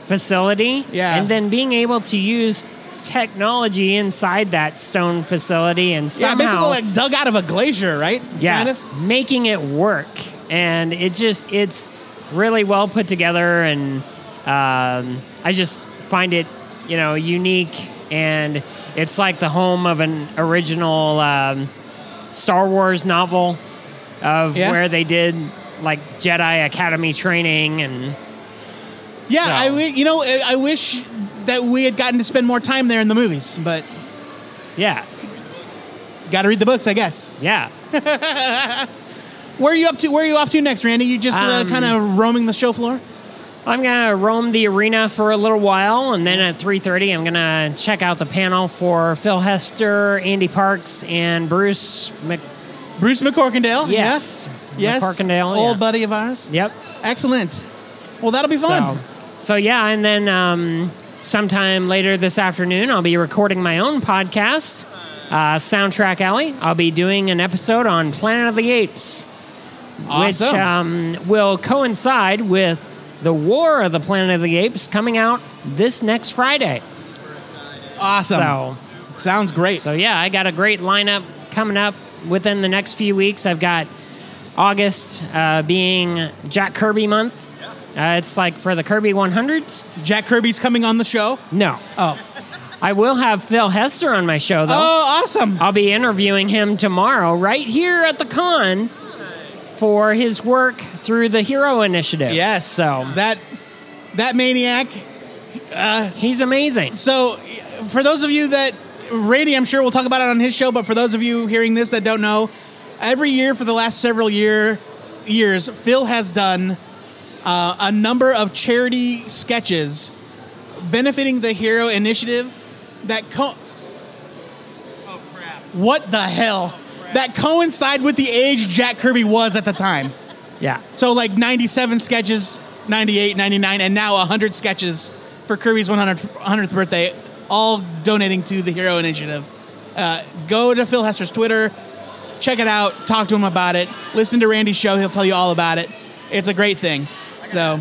facility. Yeah. And then being able to use technology inside that stone facility and Yeah, somehow basically like dug out of a glacier, right? yeah, Kind of? making it work, and it just it's really well put together, and um, I just find it you know unique, and it's like the home of an original um, Star Wars novel of Yeah. where they did like Jedi Academy training and Yeah, I wi- you know I I wish that we had gotten to spend more time there in the movies, but yeah, got to read the books, I guess. yeah. Where are you up to? Where are you off to next, Randy? You just uh, Um, kind of roaming the show floor. I'm gonna roam the arena for a little while, and then at 3:30, I'm gonna check out the panel for Phil Hester, Andy Parks, and Bruce Mc. Bruce McCorkindale. Yes. Yes, McCorkindale. old yeah. buddy of ours. Yep. Excellent. Well, that'll be fun. So, so yeah, and then um, sometime later this afternoon, I'll be recording my own podcast, uh, Soundtrack Alley. I'll be doing an episode on Planet of the Apes, Awesome. which um, will coincide with the War of the Planet of the Apes coming out this next Friday. Awesome. So, Sounds great. So yeah, I got a great lineup coming up within the next few weeks. I've got August uh, being Jack Kirby month. Uh, it's like for the Kirby 100s. Jack Kirby's coming on the show. No. Oh. I will have Phil Hester on my show though. Oh, awesome! I'll be interviewing him tomorrow right here at the con for his work through the Hero Initiative. Yes. So that that maniac. Uh, He's amazing. So, for those of you that Randy, I'm sure we'll talk about it on his show, but for those of you hearing this that don't know, every year for the last several year years, Phil has done uh, a number of charity sketches benefiting the Hero Initiative that co- What the hell? That coincide with the age Jack Kirby was at the time. Yeah. So like 97 sketches, 98, 99, and now 100 sketches for Kirby's 100th, 100th birthday, all donating to the Hero Initiative. Uh, go to Phil Hester's Twitter, check it out, talk to him about it, listen to Randy's show, he'll tell you all about it. It's a great thing. So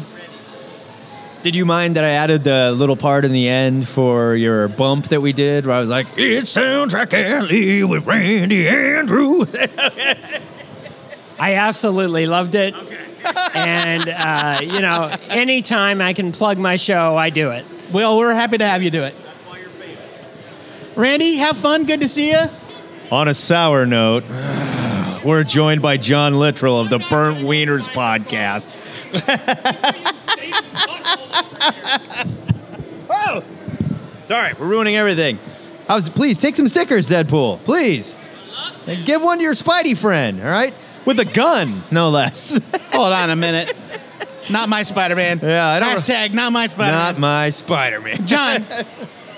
Did you mind that I added the little part in the end for your bump that we did where I was like, It's Soundtrack Alley with Randy Andrews? I absolutely loved it. and, uh, you know, anytime I can plug my show, I do it. Well, we're happy to have you do it. Randy, have fun. Good to see you. On a sour note, we're joined by John Littrell of the Burnt Wieners podcast. oh, sorry, we're ruining everything. I was, please take some stickers, Deadpool. Please, And give one to your Spidey friend. All right, with a gun, no less. Hold on a minute. Not my Spider Man. Yeah, I don't. Hashtag not my Spider Man. Not my Spider Man. John,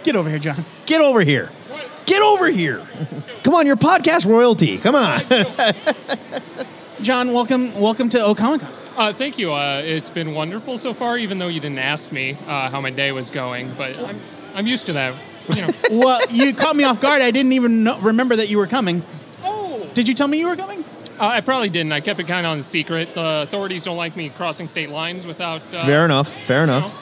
get over here, John. Get over here. Get over here. Come on, your podcast royalty. Come on. John, welcome welcome to O Comic Con. Uh, thank you. Uh, it's been wonderful so far, even though you didn't ask me uh, how my day was going. But I'm, I'm used to that. Uh, well, you caught me off guard. I didn't even know, remember that you were coming. Oh. Did you tell me you were coming? Uh, I probably didn't. I kept it kind of on the secret. The authorities don't like me crossing state lines without. Uh, Fair enough. Fair enough.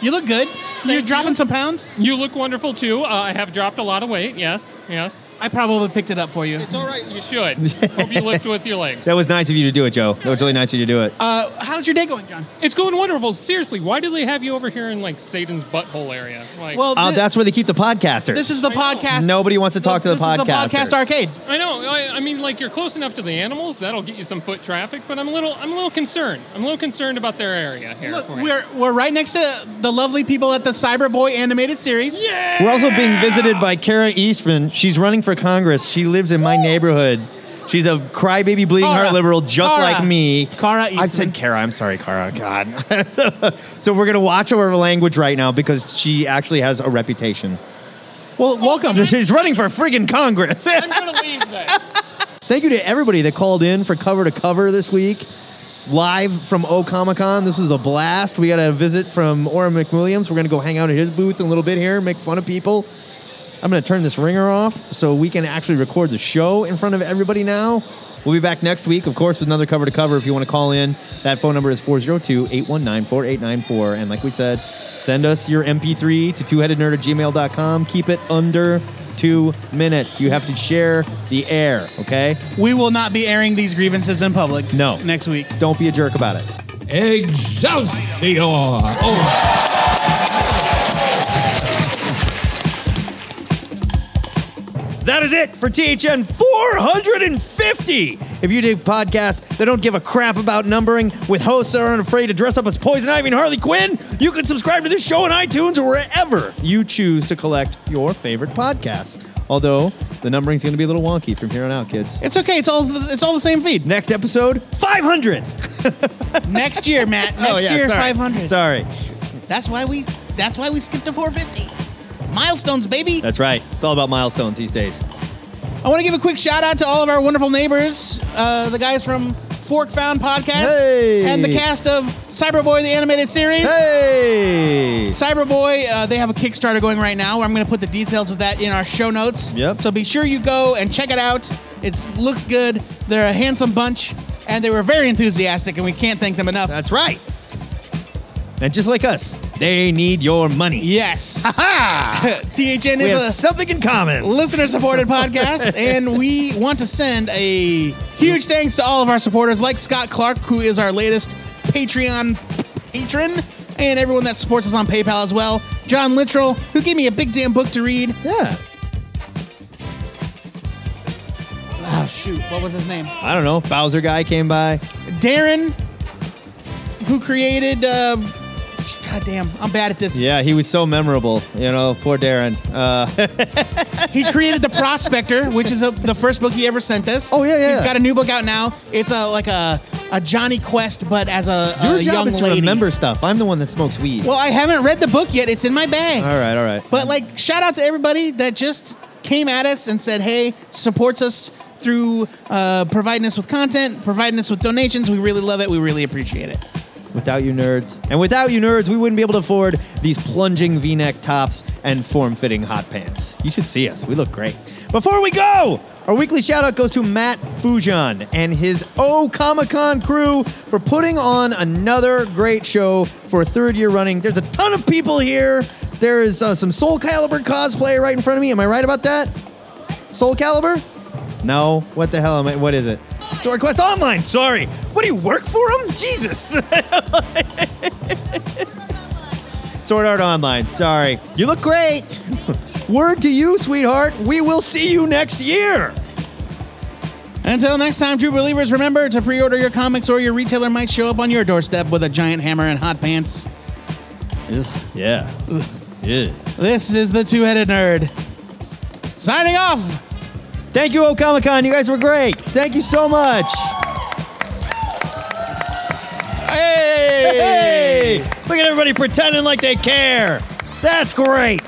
You look good. You're dropping some pounds. You look wonderful too. Uh, I have dropped a lot of weight. Yes. Yes. I probably picked it up for you. It's all right. You should. Hope you lift with your legs. That was nice of you to do it, Joe. That was really nice of you to do it. Uh, how's your day going, John? It's going wonderful. Seriously, why do they have you over here in like Satan's butthole area? Like, Uh, that's where they keep the podcasters. this is the I know. podcast- Nobody wants to talk to the podcast. arcade. I know. I, I mean, like you're close enough to the animals that'll get you some foot traffic, but I'm a little, I'm a little concerned. I'm a little concerned about their area here. Look, for you. we're, we're right next to the lovely people at the Cyberboy animated series. Yeah. We're also being visited by Kara Eastman. She's running for Congress. She lives in my neighborhood. She's a crybaby, bleeding Kara. heart liberal, just Kara. like me. Kara I said Kara. I'm sorry, Kara. God. so we're gonna watch our language right now because she actually has a reputation. Well, welcome. She's running for friggin' Congress. I'm gonna leave then. Thank you to everybody that called in for cover to cover this week. Live from O Comic Con. This was a blast. We got a visit from Oren McWilliams. We're going to go hang out at his booth in a little bit here, make fun of people. I'm going to turn this ringer off so we can actually record the show in front of everybody now. We'll be back next week, of course, with another cover to cover. If you want to call in, that phone number is 402 819 4894. And like we said, send us your MP3 to twoheadednerd at gmail.com. Keep it under two minutes. You have to share the air, okay? We will not be airing these grievances in public. No. Next week. Don't be a jerk about it. Excelsior! Oh. That is it for THN 450. If you dig podcasts that don't give a crap about numbering with hosts that aren't afraid to dress up as Poison Ivy and Harley Quinn, you can subscribe to this show on iTunes or wherever you choose to collect your favorite podcasts. Although the numbering's going to be a little wonky from here on out, kids. It's okay. It's all it's all the same feed. Next episode, 500. next year, Matt. Next Oh, yeah, year, sorry. 500. Sorry. That's why we that's why we skipped to 450. Milestones, baby. That's right. It's all about milestones these days. I want to give a quick shout out to all of our wonderful neighbors, uh, the guys from Fork Found Podcast, Hey. and the cast of Cyberboy the animated series. Hey. Cyberboy, uh, they have a Kickstarter going right now. I'm going to put the details of that in our show notes. Yep. So be sure you go and check it out. It looks good. They're a handsome bunch, and they were very enthusiastic, and we can't thank them enough. That's right. And just like us, they need your money. Yes. Ha THN We is have a something in common. Listener supported podcast, and we want to send a huge thanks to all of our supporters, like Scott Clark, who is our latest Patreon patron, and everyone that supports us on PayPal as well. John Littrell, who gave me a big damn book to read. Yeah. Oh shoot, what was his name? I don't know. Bowser guy came by. Darren, who created. Uh, God damn, I'm bad at this. Yeah, he was so memorable. You know, poor Darren. Uh, he created the Prospector, which is a, the first book he ever sent us. Oh yeah, yeah. He's got a new book out now. It's a like a, a Johnny Quest, but as a, a your job Uh, young is to lady. remember stuff. I'm the one that smokes weed. Well, I haven't read the book yet. It's in my bag. all right, all right. But like, shout out to everybody that just came at us and said, "Hey," supports us through uh, providing us with content, providing us with donations. We really love it. We really appreciate it. Without you nerds. And without you nerds, we wouldn't be able to afford these plunging v neck tops and form fitting hot pants. You should see us. We look great. Before we go, our weekly shout out goes to Matt Fujon and his O Comic Con crew for putting on another great show for a third year running. There's a ton of people here. There is uh, some Soul Calibur cosplay right in front of me. Am I right about that? Soul Calibur? No. What the hell am I? What is it? Sword Quest Online. Sorry. What do you work for him? Jesus. Sword Art Online. Sorry. You look great. Word to you, sweetheart. We will see you next year. Until next time, true believers, remember to pre order your comics or your retailer might show up on your doorstep with a giant hammer and hot pants. Yeah. yeah. This is the Two Headed Nerd. Signing off. Thank you, O Comic Con. You guys were great. Thank you so much. Hey! Look at everybody pretending like they care. That's great.